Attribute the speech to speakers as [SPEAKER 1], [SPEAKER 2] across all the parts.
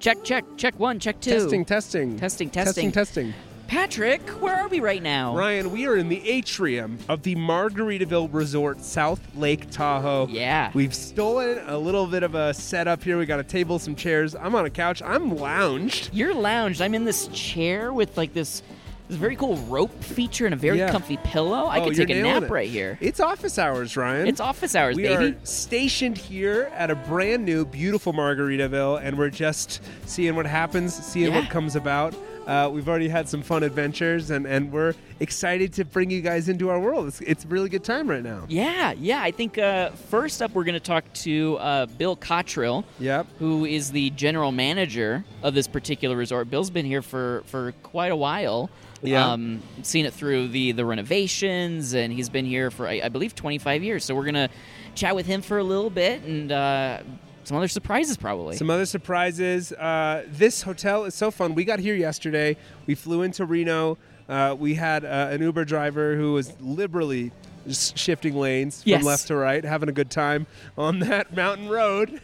[SPEAKER 1] Check, check, check one, check two.
[SPEAKER 2] Testing, testing.
[SPEAKER 1] Testing, testing.
[SPEAKER 2] Testing, testing.
[SPEAKER 1] Patrick, where are we right now?
[SPEAKER 2] Ryan, we are in the atrium of the Margaritaville Resort, South Lake Tahoe.
[SPEAKER 1] Yeah.
[SPEAKER 2] We've stolen a little bit of a setup here. We got a table, some chairs. I'm on a couch. I'm lounged.
[SPEAKER 1] You're lounged. I'm in this chair with like this this very cool rope feature and a very
[SPEAKER 2] Yeah.
[SPEAKER 1] comfy pillow. I
[SPEAKER 2] Oh,
[SPEAKER 1] could
[SPEAKER 2] you're
[SPEAKER 1] take a
[SPEAKER 2] nailing
[SPEAKER 1] nap
[SPEAKER 2] it.
[SPEAKER 1] right here.
[SPEAKER 2] It's office hours, Ryan.
[SPEAKER 1] It's office hours,
[SPEAKER 2] we
[SPEAKER 1] baby.
[SPEAKER 2] are stationed here at a brand new, beautiful Margaritaville, and we're just seeing what happens, seeing
[SPEAKER 1] Yeah.
[SPEAKER 2] what comes about. Uh, we've already had some fun adventures, and, and we're excited to bring you guys into our world. It's, it's a really good time right now.
[SPEAKER 1] Yeah, yeah. I think uh, first up, we're going to talk to uh, Bill Cottrell,
[SPEAKER 2] Yep.
[SPEAKER 1] who is the general manager of this particular resort. Bill's been here for, for quite a while.
[SPEAKER 2] Yeah.
[SPEAKER 1] Um, seen it through the, the renovations, and he's been here for, I, I believe, 25 years. So we're going to chat with him for a little bit and uh, some other surprises, probably.
[SPEAKER 2] Some other surprises. Uh, this hotel is so fun. We got here yesterday. We flew into Reno. Uh, we had uh, an Uber driver who was liberally s- shifting lanes from
[SPEAKER 1] Yes.
[SPEAKER 2] left to right, having a good time on that mountain road.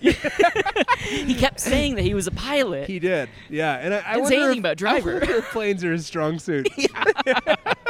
[SPEAKER 1] he kept saying that he was a pilot.
[SPEAKER 2] He did, yeah. And I, I
[SPEAKER 1] Didn't say
[SPEAKER 2] wonder
[SPEAKER 1] anything
[SPEAKER 2] if,
[SPEAKER 1] about driver.
[SPEAKER 2] I wonder if planes are his strong suit.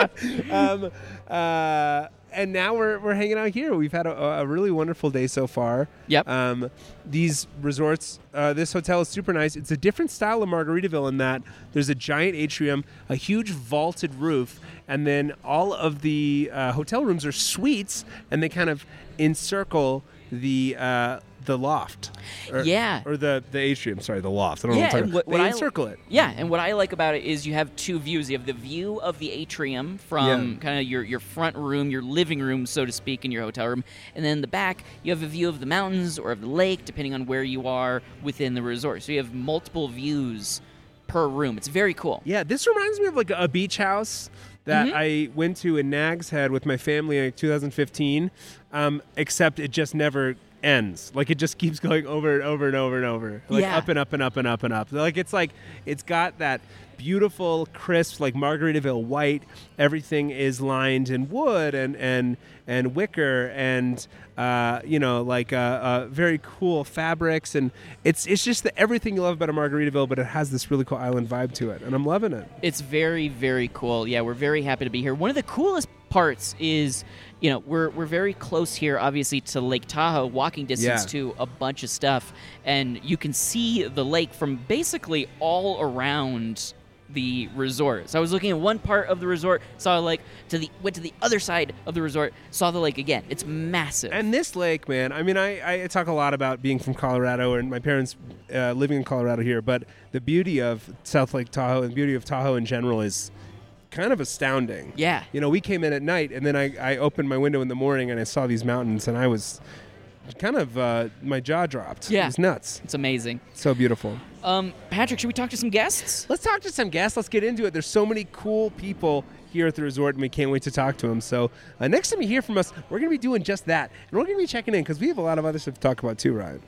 [SPEAKER 2] um, uh, and now we're, we're hanging out here. We've had a, a really wonderful day so far.
[SPEAKER 1] Yep.
[SPEAKER 2] Um, these resorts, uh, this hotel is super nice. It's a different style of Margaritaville in that there's a giant atrium, a huge vaulted roof, and then all of the uh, hotel rooms are suites, and they kind of encircle the. Uh, the loft, or,
[SPEAKER 1] Yeah.
[SPEAKER 2] or the the atrium. Sorry, the loft. I don't
[SPEAKER 1] Yeah,
[SPEAKER 2] know what I'm
[SPEAKER 1] and
[SPEAKER 2] talking
[SPEAKER 1] what,
[SPEAKER 2] about.
[SPEAKER 1] what
[SPEAKER 2] they
[SPEAKER 1] I
[SPEAKER 2] encircle it.
[SPEAKER 1] Yeah, and what I like about it is you have two views. You have the view of the atrium from
[SPEAKER 2] Yeah.
[SPEAKER 1] kind of your, your front room, your living room, so to speak, in your hotel room, and then in the back you have a view of the mountains or of the lake, depending on where you are within the resort. So you have multiple views per room. It's very cool.
[SPEAKER 2] Yeah, this reminds me of like a beach house that
[SPEAKER 1] Mm-hmm.
[SPEAKER 2] I went to in Nags Head with my family in like 2015. Um, except it just never ends. Like it just keeps going over and over and over and over. Like
[SPEAKER 1] Yeah.
[SPEAKER 2] up and up and up and up and up. Like it's like it's got that beautiful crisp like Margaritaville white. Everything is lined in wood and and and wicker and uh, you know like uh, uh, very cool fabrics and it's it's just the, everything you love about a Margaritaville, but it has this really cool island vibe to it, and I'm loving it.
[SPEAKER 1] It's very, very cool. Yeah, we're very happy to be here. One of the coolest parts is, you know, we're, we're very close here, obviously, to Lake Tahoe, walking distance
[SPEAKER 2] Yeah.
[SPEAKER 1] to a bunch of stuff. And you can see the lake from basically all around the resort. So I was looking at one part of the resort, saw a lake, to the, went to the other side of the resort, saw the lake again. It's massive.
[SPEAKER 2] And this lake, man. I mean, I, I talk a lot about being from Colorado and my parents uh, living in Colorado here, but the beauty of South Lake Tahoe and the beauty of Tahoe in general is kind of astounding.
[SPEAKER 1] Yeah.
[SPEAKER 2] You know, we came in at night, and then I, I opened my window in the morning and I saw these mountains, and I was kind of uh, my jaw dropped.
[SPEAKER 1] Yeah.
[SPEAKER 2] It was nuts.
[SPEAKER 1] it's amazing.
[SPEAKER 2] So beautiful.
[SPEAKER 1] Um, Patrick, should we talk to some guests?
[SPEAKER 2] Let's talk to some guests. Let's get into it. There's so many cool people here at the resort, and we can't wait to talk to them. So uh, next time you hear from us, we're going to be doing just that, and we're going to be checking in because we have a lot of other stuff to talk about too, Ryan.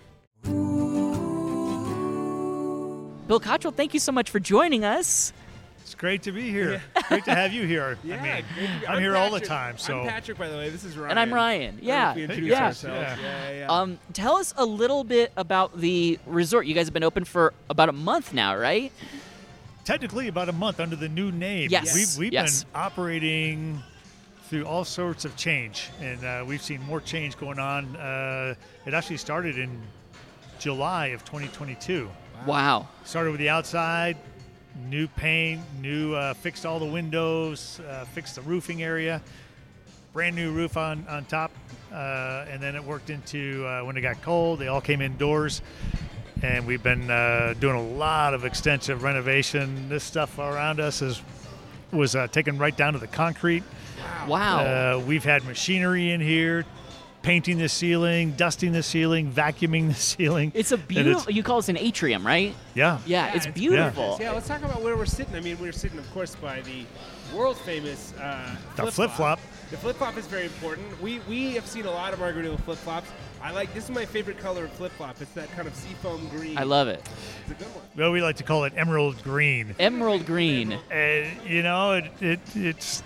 [SPEAKER 1] Bill Cottrell, thank you so much for joining us.
[SPEAKER 3] It's great to be here. Great to have you here. I mean, I'm, here all the time. So
[SPEAKER 2] I'm Patrick, by the way. This is Ryan.
[SPEAKER 1] And I'm Ryan. Yeah.
[SPEAKER 2] We introduce
[SPEAKER 1] yeah.
[SPEAKER 2] ourselves. Yeah, yeah. yeah.
[SPEAKER 1] Um, tell us a little bit about the resort. You guys have been open for about a month now, right?
[SPEAKER 3] technically, about a month under the new name.
[SPEAKER 1] Yes.
[SPEAKER 3] We've, we've
[SPEAKER 1] Yes.
[SPEAKER 3] been operating through all sorts of change, and uh, we've seen more change going on. Uh, it actually started in July of 2022.
[SPEAKER 1] Wow.
[SPEAKER 3] Started with the outside, new paint, new uh, fixed all the windows, uh, fixed the roofing area, brand new roof on on top, uh, and then it worked into uh, when it got cold. They all came indoors, and we've been uh, doing a lot of extensive renovation. This stuff around us is was uh, taken right down to the concrete.
[SPEAKER 1] Wow.
[SPEAKER 3] Uh, we've had machinery in here. Painting the ceiling, dusting the ceiling, vacuuming the ceiling.
[SPEAKER 1] it's a
[SPEAKER 3] And
[SPEAKER 1] beautiful. You call this an atrium, right?
[SPEAKER 3] yeah,
[SPEAKER 1] Yeah.
[SPEAKER 2] Yeah,
[SPEAKER 1] it's
[SPEAKER 2] it's
[SPEAKER 1] beautiful.
[SPEAKER 2] Yeah, let's talk about where we're sitting. I mean, we're sitting, of course, by the world famous uh,
[SPEAKER 3] The
[SPEAKER 2] flip-flop.
[SPEAKER 3] flip-flop.
[SPEAKER 2] The flip flop is very important. We we have seen a lot of Margaritaville flip flops. I like this is my favorite color of flip flop. It's that kind of seafoam green.
[SPEAKER 1] I love it.
[SPEAKER 2] It's a good one.
[SPEAKER 3] Well, we like to call it emerald green.
[SPEAKER 1] Emerald green.
[SPEAKER 3] And you know, it, it it's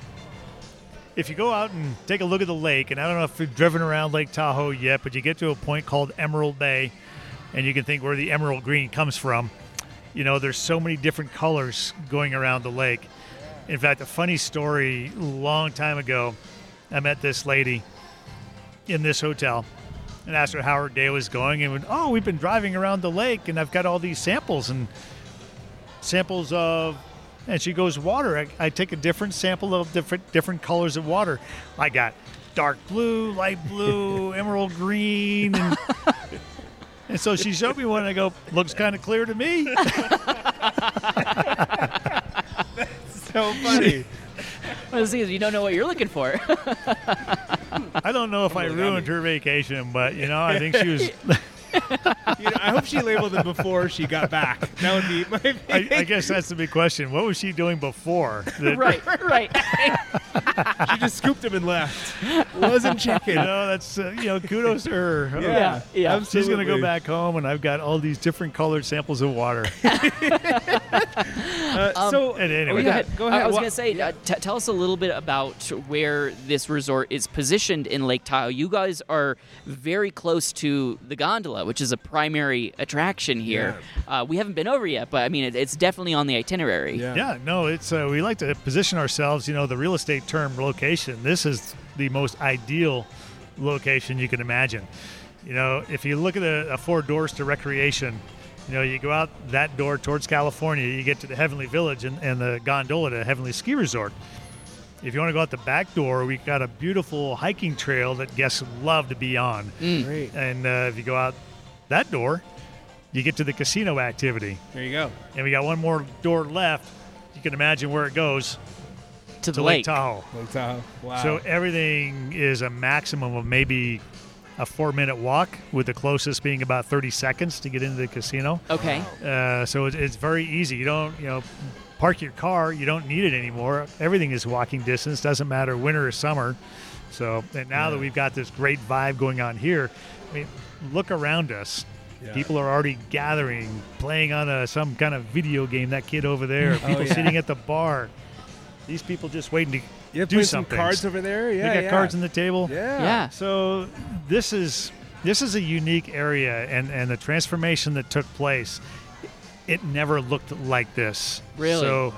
[SPEAKER 3] if you go out and take a look at the lake, and I don't know if you've driven around Lake Tahoe yet, but you get to a point called Emerald Bay, and you can think where the emerald green comes from. You know, there's so many different colors going around the lake. In fact, a funny story long time ago, I met this lady in this hotel and asked her how her day was going and went, "Oh, we've been driving around the lake and I've got all these samples and samples of." And she goes, "Water. I, I take a different sample of different different colors of water. I got dark blue, light blue, emerald green." And, and so she showed me one and I go, "Looks kind of clear to me."
[SPEAKER 2] So funny.
[SPEAKER 1] Well, the thing is, you don't know what you're looking for.
[SPEAKER 3] I don't know if I
[SPEAKER 2] Totally got
[SPEAKER 3] ruined
[SPEAKER 2] me.
[SPEAKER 3] her vacation, but you know, I think she was
[SPEAKER 2] you know, I hope she labeled it before she got back. That would be my
[SPEAKER 3] I, I guess that's the big question. What was she doing before? That,
[SPEAKER 1] right, right.
[SPEAKER 2] She just scooped him and left. Wasn't checking.
[SPEAKER 3] You know, that's uh, you know, kudos to her. Oh,
[SPEAKER 1] Yeah, yeah.
[SPEAKER 3] She's gonna go
[SPEAKER 2] absolutely.
[SPEAKER 3] back home, and I've got all these different colored samples of water.
[SPEAKER 2] Uh, so
[SPEAKER 3] and anyway.
[SPEAKER 2] oh,
[SPEAKER 3] Go
[SPEAKER 2] yeah,
[SPEAKER 1] ahead.
[SPEAKER 2] Go ahead.
[SPEAKER 1] I was
[SPEAKER 2] Wha-
[SPEAKER 1] going to say, uh, t- tell us a little bit about where this resort is positioned in Lake Tahoe. You guys are very close to the gondola, which is a primary attraction here. Uh, we haven't been over yet, but I mean, it, it's definitely on the itinerary.
[SPEAKER 3] yeah, no, it's uh, we like to position ourselves. You know, the real estate term location. This is the most ideal location you can imagine. You know, if you look at a, a four doors to recreation, you know, you go out that door towards California, you get to the Heavenly Village and, and the gondola to Heavenly Ski Resort. If you want to go out the back door, we've got a beautiful hiking trail that guests love to be on.
[SPEAKER 4] Mm.
[SPEAKER 2] Great.
[SPEAKER 3] And uh, if you go out that door, you get to the casino activity.
[SPEAKER 2] There you go.
[SPEAKER 3] And we got one more door left. You can imagine where it goes
[SPEAKER 1] To the
[SPEAKER 3] to Lake,
[SPEAKER 1] lake.
[SPEAKER 3] Tahoe.
[SPEAKER 2] Lake Tahoe. uh, Wow.
[SPEAKER 3] So everything is a maximum of maybe a four minute walk, with the closest being about 30 seconds to get into the casino.
[SPEAKER 1] Okay.
[SPEAKER 3] Uh, so it's, it's very easy. You don't, you know, park your car. You don't need it anymore. Everything is walking distance. Doesn't matter winter or summer. So and now that we've got this great vibe going on here, I mean, look around us.
[SPEAKER 2] Yeah.
[SPEAKER 3] People are already gathering, playing on a, some kind of video game. That kid over there. People
[SPEAKER 2] Oh, yeah.
[SPEAKER 3] sitting at the bar. These people just waiting to
[SPEAKER 2] yeah,
[SPEAKER 3] do
[SPEAKER 2] play some
[SPEAKER 3] something.
[SPEAKER 2] cards over there.
[SPEAKER 3] we
[SPEAKER 2] Yeah,
[SPEAKER 3] got
[SPEAKER 2] yeah.
[SPEAKER 3] cards on the table.
[SPEAKER 2] yeah.
[SPEAKER 1] Yeah.
[SPEAKER 3] So this is this is a unique area, and and the transformation that took place, it never looked like this.
[SPEAKER 1] Really?
[SPEAKER 3] So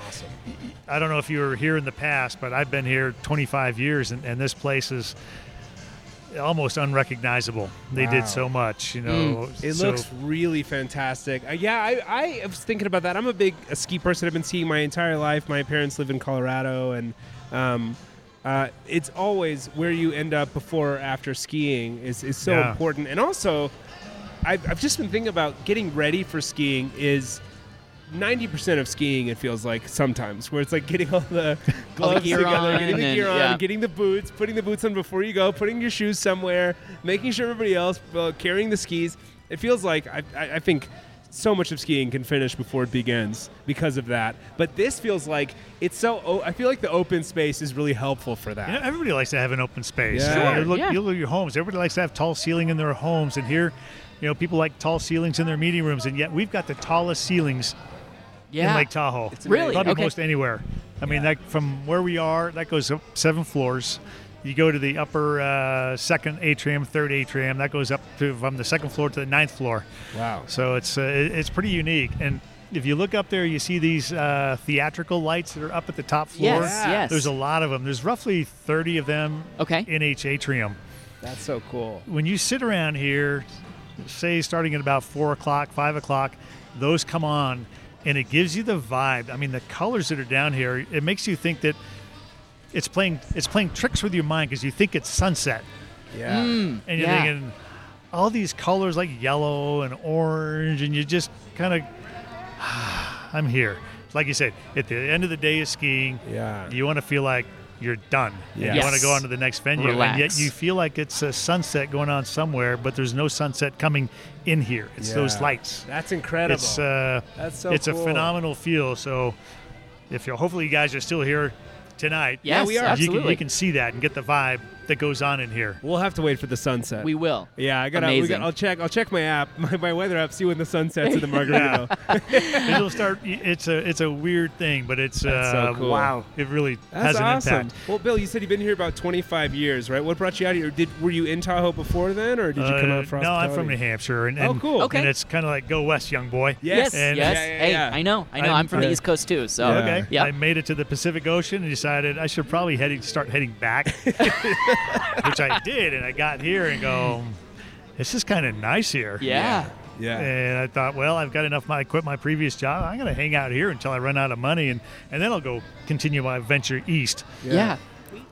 [SPEAKER 3] I don't know if you were here in the past, but I've been here 25 years, and, and this place is almost unrecognizable. They
[SPEAKER 2] Wow. Mm.
[SPEAKER 3] did so much, you know.
[SPEAKER 2] It
[SPEAKER 3] so-
[SPEAKER 2] looks really fantastic. Uh, yeah, I, I was thinking about that. I'm a big a ski person. I've been skiing my entire life. My parents live in Colorado, and um, uh, it's always where you end up before or after skiing is, is so
[SPEAKER 3] Yeah.
[SPEAKER 2] important. And also, I've, I've just been thinking about getting ready for skiing is. 90% of skiing it feels like sometimes where it's like getting all the gloves
[SPEAKER 1] gear
[SPEAKER 2] together
[SPEAKER 1] on
[SPEAKER 2] getting the
[SPEAKER 1] and-
[SPEAKER 2] gear on
[SPEAKER 1] yeah.
[SPEAKER 2] getting the boots, putting the boots on before you go, putting your shoes somewhere, making sure everybody else uh, carrying the skis. It feels like I, I, I think so much of skiing can finish before it begins because of that. But this feels like it's so. O- I feel like the open space is really helpful for that.
[SPEAKER 3] You know, everybody likes to have an open space.
[SPEAKER 2] Yeah. Sure,
[SPEAKER 3] You look,
[SPEAKER 1] yeah.
[SPEAKER 3] you look at your homes. Everybody likes to have tall ceiling in their homes, and here, you know, people like tall ceilings in their meeting rooms, and yet we've got the tallest ceilings
[SPEAKER 1] Yeah.
[SPEAKER 3] in Lake Tahoe.
[SPEAKER 1] amazing. Really?
[SPEAKER 3] Probably
[SPEAKER 1] Okay.
[SPEAKER 3] most anywhere. I mean, that from where we are, that goes up seven floors. You go to the upper uh, second atrium, third atrium. That goes up to from the second floor to the ninth floor.
[SPEAKER 2] Wow.
[SPEAKER 3] So it's uh, it- it's pretty unique. And if you look up there, you see these uh, theatrical lights that are up at the top floor.
[SPEAKER 1] Yes,
[SPEAKER 2] Yeah.
[SPEAKER 1] yes.
[SPEAKER 3] There's a lot of them. There's roughly 30 of them
[SPEAKER 1] Okay.
[SPEAKER 3] in each atrium.
[SPEAKER 2] That's so cool.
[SPEAKER 3] When you sit around here, say starting at about four o'clock, five o'clock, those come on, and it gives you the vibe. I mean, the colors that are down here, it makes you think that it's playing it's playing tricks with your mind because you think it's sunset,
[SPEAKER 2] Yeah.
[SPEAKER 1] Mm.
[SPEAKER 3] and you're
[SPEAKER 1] Yeah.
[SPEAKER 3] thinking all these colors like yellow and orange, and you just kind of, I'm here. Like you said, at the end of the day of skiing,
[SPEAKER 2] Yeah.
[SPEAKER 3] you want to feel like you're done.
[SPEAKER 2] Yes.
[SPEAKER 3] You want to go on to the next venue. And yet
[SPEAKER 1] Relax.
[SPEAKER 3] you feel like it's a sunset going on somewhere, but there's no sunset coming in here. It's those
[SPEAKER 2] Yeah.
[SPEAKER 3] lights.
[SPEAKER 2] That's incredible.
[SPEAKER 3] It's uh,
[SPEAKER 2] That's so
[SPEAKER 3] it's
[SPEAKER 2] cool.
[SPEAKER 3] a phenomenal feel. So if you hopefully you guys are still here tonight.
[SPEAKER 1] Yes,
[SPEAKER 2] we are.
[SPEAKER 3] You can,
[SPEAKER 1] Absolutely.
[SPEAKER 3] you can see that and get the vibe that goes on in here.
[SPEAKER 2] We'll have to wait for the sunset.
[SPEAKER 1] We will.
[SPEAKER 2] yeah, I gotta, we
[SPEAKER 1] Amazing.
[SPEAKER 2] got. I'll check. I'll check my app, my, my weather app. See when the sun sets in the Margarito.
[SPEAKER 3] It'll start. It's a it's a weird thing, but it's
[SPEAKER 2] That's so
[SPEAKER 3] uh,
[SPEAKER 2] cool.
[SPEAKER 3] wow. It really
[SPEAKER 2] That's
[SPEAKER 3] has an
[SPEAKER 2] awesome.
[SPEAKER 3] impact.
[SPEAKER 2] Well, Bill, you said you've been here about 25 years, right? What brought you out here? Did were you in Tahoe before then, or did you come
[SPEAKER 3] Uh,
[SPEAKER 2] out for
[SPEAKER 3] no, I'm from
[SPEAKER 2] hospitality?
[SPEAKER 3] New Hampshire, and,
[SPEAKER 2] Oh,
[SPEAKER 3] and-
[SPEAKER 2] cool.
[SPEAKER 1] Okay.
[SPEAKER 3] and it's kind of like go west, young boy.
[SPEAKER 1] Yes, yes.
[SPEAKER 2] Yes.
[SPEAKER 3] And-
[SPEAKER 2] Yeah, yeah,
[SPEAKER 1] hey,
[SPEAKER 2] yeah.
[SPEAKER 1] I know. I know. I'm,
[SPEAKER 3] I'm-
[SPEAKER 1] from the
[SPEAKER 2] Yeah.
[SPEAKER 1] East Coast too. So
[SPEAKER 2] Yeah.
[SPEAKER 3] Okay.
[SPEAKER 1] Yeah.
[SPEAKER 3] I made it to the Pacific Ocean and decided I should probably heading start heading back, which I did, and I got here and go. This is kind of nice here.
[SPEAKER 1] yeah.
[SPEAKER 2] Yeah.
[SPEAKER 3] And I thought, well, I've got enough. Money. I quit my previous job. I'm going to hang out here until I run out of money, and, and then I'll go continue my venture east.
[SPEAKER 1] Yeah.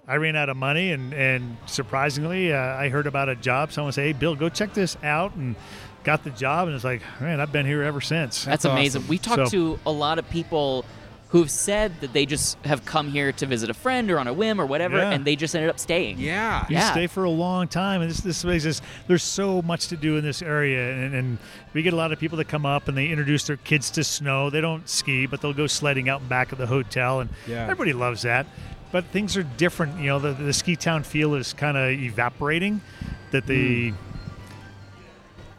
[SPEAKER 3] I ran out of money, and and surprisingly, uh, I heard about a job. Someone said, "Hey, Bill, go check this out," and got the job. And it's like, man, I've been here ever since.
[SPEAKER 1] That's,
[SPEAKER 2] That's
[SPEAKER 1] amazing.
[SPEAKER 2] awesome.
[SPEAKER 1] We talked
[SPEAKER 3] So-
[SPEAKER 1] to a lot of people who've said that they just have come here to visit a friend or on a whim or whatever,
[SPEAKER 3] Yeah.
[SPEAKER 1] and they just ended up staying.
[SPEAKER 2] Yeah.
[SPEAKER 3] You
[SPEAKER 1] Yeah.
[SPEAKER 3] stay for a long time, and this this place is there's so much to do in this area, and, and we get a lot of people that come up and they introduce their kids to snow. They don't ski, but they'll go sledding out in back of the hotel, and
[SPEAKER 2] Yeah.
[SPEAKER 3] everybody loves that. But things are different, you know. The, the ski town feel is kind of evaporating. That the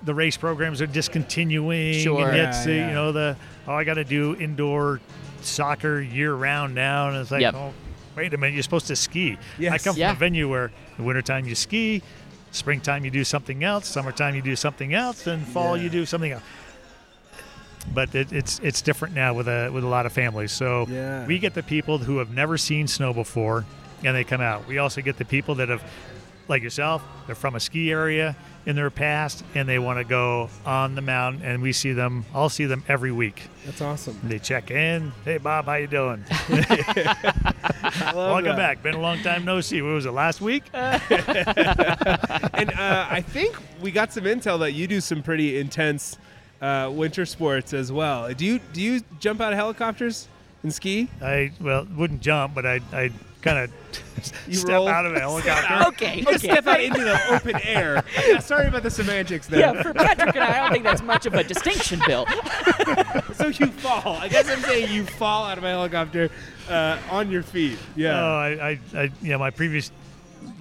[SPEAKER 3] the race programs are discontinuing.
[SPEAKER 1] Sure.
[SPEAKER 3] And yet,
[SPEAKER 2] Yeah,
[SPEAKER 3] see,
[SPEAKER 2] yeah.
[SPEAKER 3] you know the oh, I got to do indoor soccer year round now, and it's like,
[SPEAKER 1] Yep.
[SPEAKER 3] oh, wait a minute, you're supposed to ski. I
[SPEAKER 2] Yes.
[SPEAKER 3] come
[SPEAKER 1] Yeah.
[SPEAKER 3] from a venue where in wintertime you ski, springtime you do something else, summertime you do something else, and fall
[SPEAKER 2] Yeah.
[SPEAKER 3] you do something else. But it, it's it's different now with a with a lot of families. So
[SPEAKER 2] Yeah.
[SPEAKER 3] we get the people who have never seen snow before, and they come out. We also get the people that have, like yourself, they're from a ski area in their past, and they want to go on the mountain. And we see them. I'll see them every week.
[SPEAKER 2] That's awesome.
[SPEAKER 3] They check in. Hey Bob, how you doing?
[SPEAKER 2] I love
[SPEAKER 3] Welcome
[SPEAKER 2] that. Uh,
[SPEAKER 3] back. Been a long time no see. What was it last week?
[SPEAKER 2] and uh, I think we got some intel that you do some pretty intense uh, winter sports as well. Do you do you jump out of helicopters and ski?
[SPEAKER 3] I well wouldn't jump, but I I kind of
[SPEAKER 2] You
[SPEAKER 3] step
[SPEAKER 2] roll.
[SPEAKER 3] out of a helicopter.
[SPEAKER 1] Okay.
[SPEAKER 2] You
[SPEAKER 1] okay.
[SPEAKER 2] just step out into the open air. Yeah, sorry about the semantics there.
[SPEAKER 1] yeah, for Patrick and I, I don't think that's much of a distinction, Bill.
[SPEAKER 2] So you fall. I guess I'm saying you fall out of a helicopter uh, on your feet.
[SPEAKER 3] Oh,
[SPEAKER 2] Yeah.
[SPEAKER 3] I, I, I you know my previous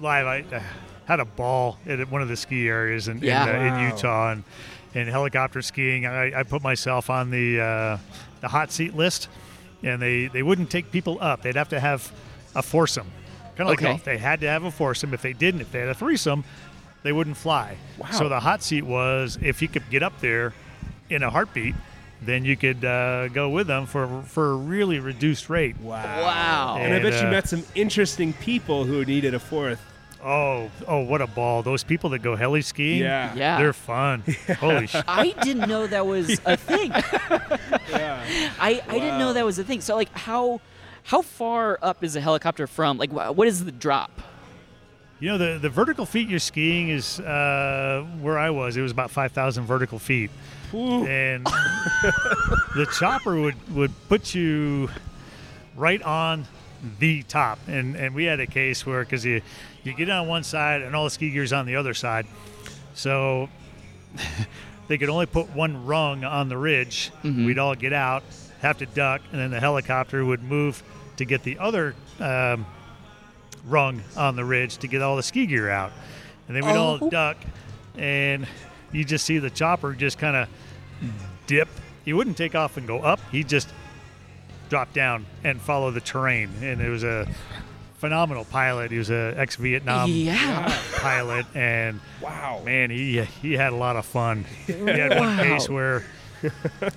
[SPEAKER 3] live I uh, had a ball at one of the ski areas in
[SPEAKER 1] Yeah.
[SPEAKER 3] in, uh,
[SPEAKER 2] Wow.
[SPEAKER 3] in Utah and, and helicopter skiing. I, I put myself on the uh, the hot seat list, and they they wouldn't take people up. They'd have to have a foursome. Kind of like
[SPEAKER 1] Okay.
[SPEAKER 3] golf. They had to have a foursome. If they didn't, if they had a threesome, they wouldn't fly.
[SPEAKER 2] Wow.
[SPEAKER 3] So the hot seat was if you could get up there in a heartbeat, then you could uh, go with them for for a really reduced rate.
[SPEAKER 2] wow.
[SPEAKER 1] Wow.
[SPEAKER 2] And I bet you
[SPEAKER 3] And, uh,
[SPEAKER 2] met some interesting people who needed a fourth.
[SPEAKER 3] Oh, oh, what a ball! Those people that go heli skiing,
[SPEAKER 2] Yeah.
[SPEAKER 1] Yeah.
[SPEAKER 3] they're fun. Holy sh!
[SPEAKER 1] I didn't know that was a thing.
[SPEAKER 2] Yeah.
[SPEAKER 1] I, I didn't know
[SPEAKER 2] Wow.
[SPEAKER 1] that was a thing. So like how how far up is a helicopter from? Like wh- what is the drop?
[SPEAKER 3] You know, the the vertical feet you're skiing is uh, where I was. It was about five thousand vertical feet,
[SPEAKER 2] Ooh.
[SPEAKER 3] and the chopper would would put you right on the top. And and we had a case where because you you get on one side and all the ski gear's on the other side, so they could only put one rung on the ridge. We'd all get out, have to duck, and then the helicopter would move to get the other um, rung on the ridge to get all the ski gear out. And then we'd
[SPEAKER 1] Oh.
[SPEAKER 3] all duck, and you just see the chopper just kind of dip. He wouldn't take off and go up. He just dropped down and follow the terrain. And it was a phenomenal pilot. He was a ex-Vietnam
[SPEAKER 1] yeah.
[SPEAKER 3] pilot, and
[SPEAKER 2] Wow.
[SPEAKER 3] Man, he he had a lot of fun. He had one
[SPEAKER 1] Wow.
[SPEAKER 3] case where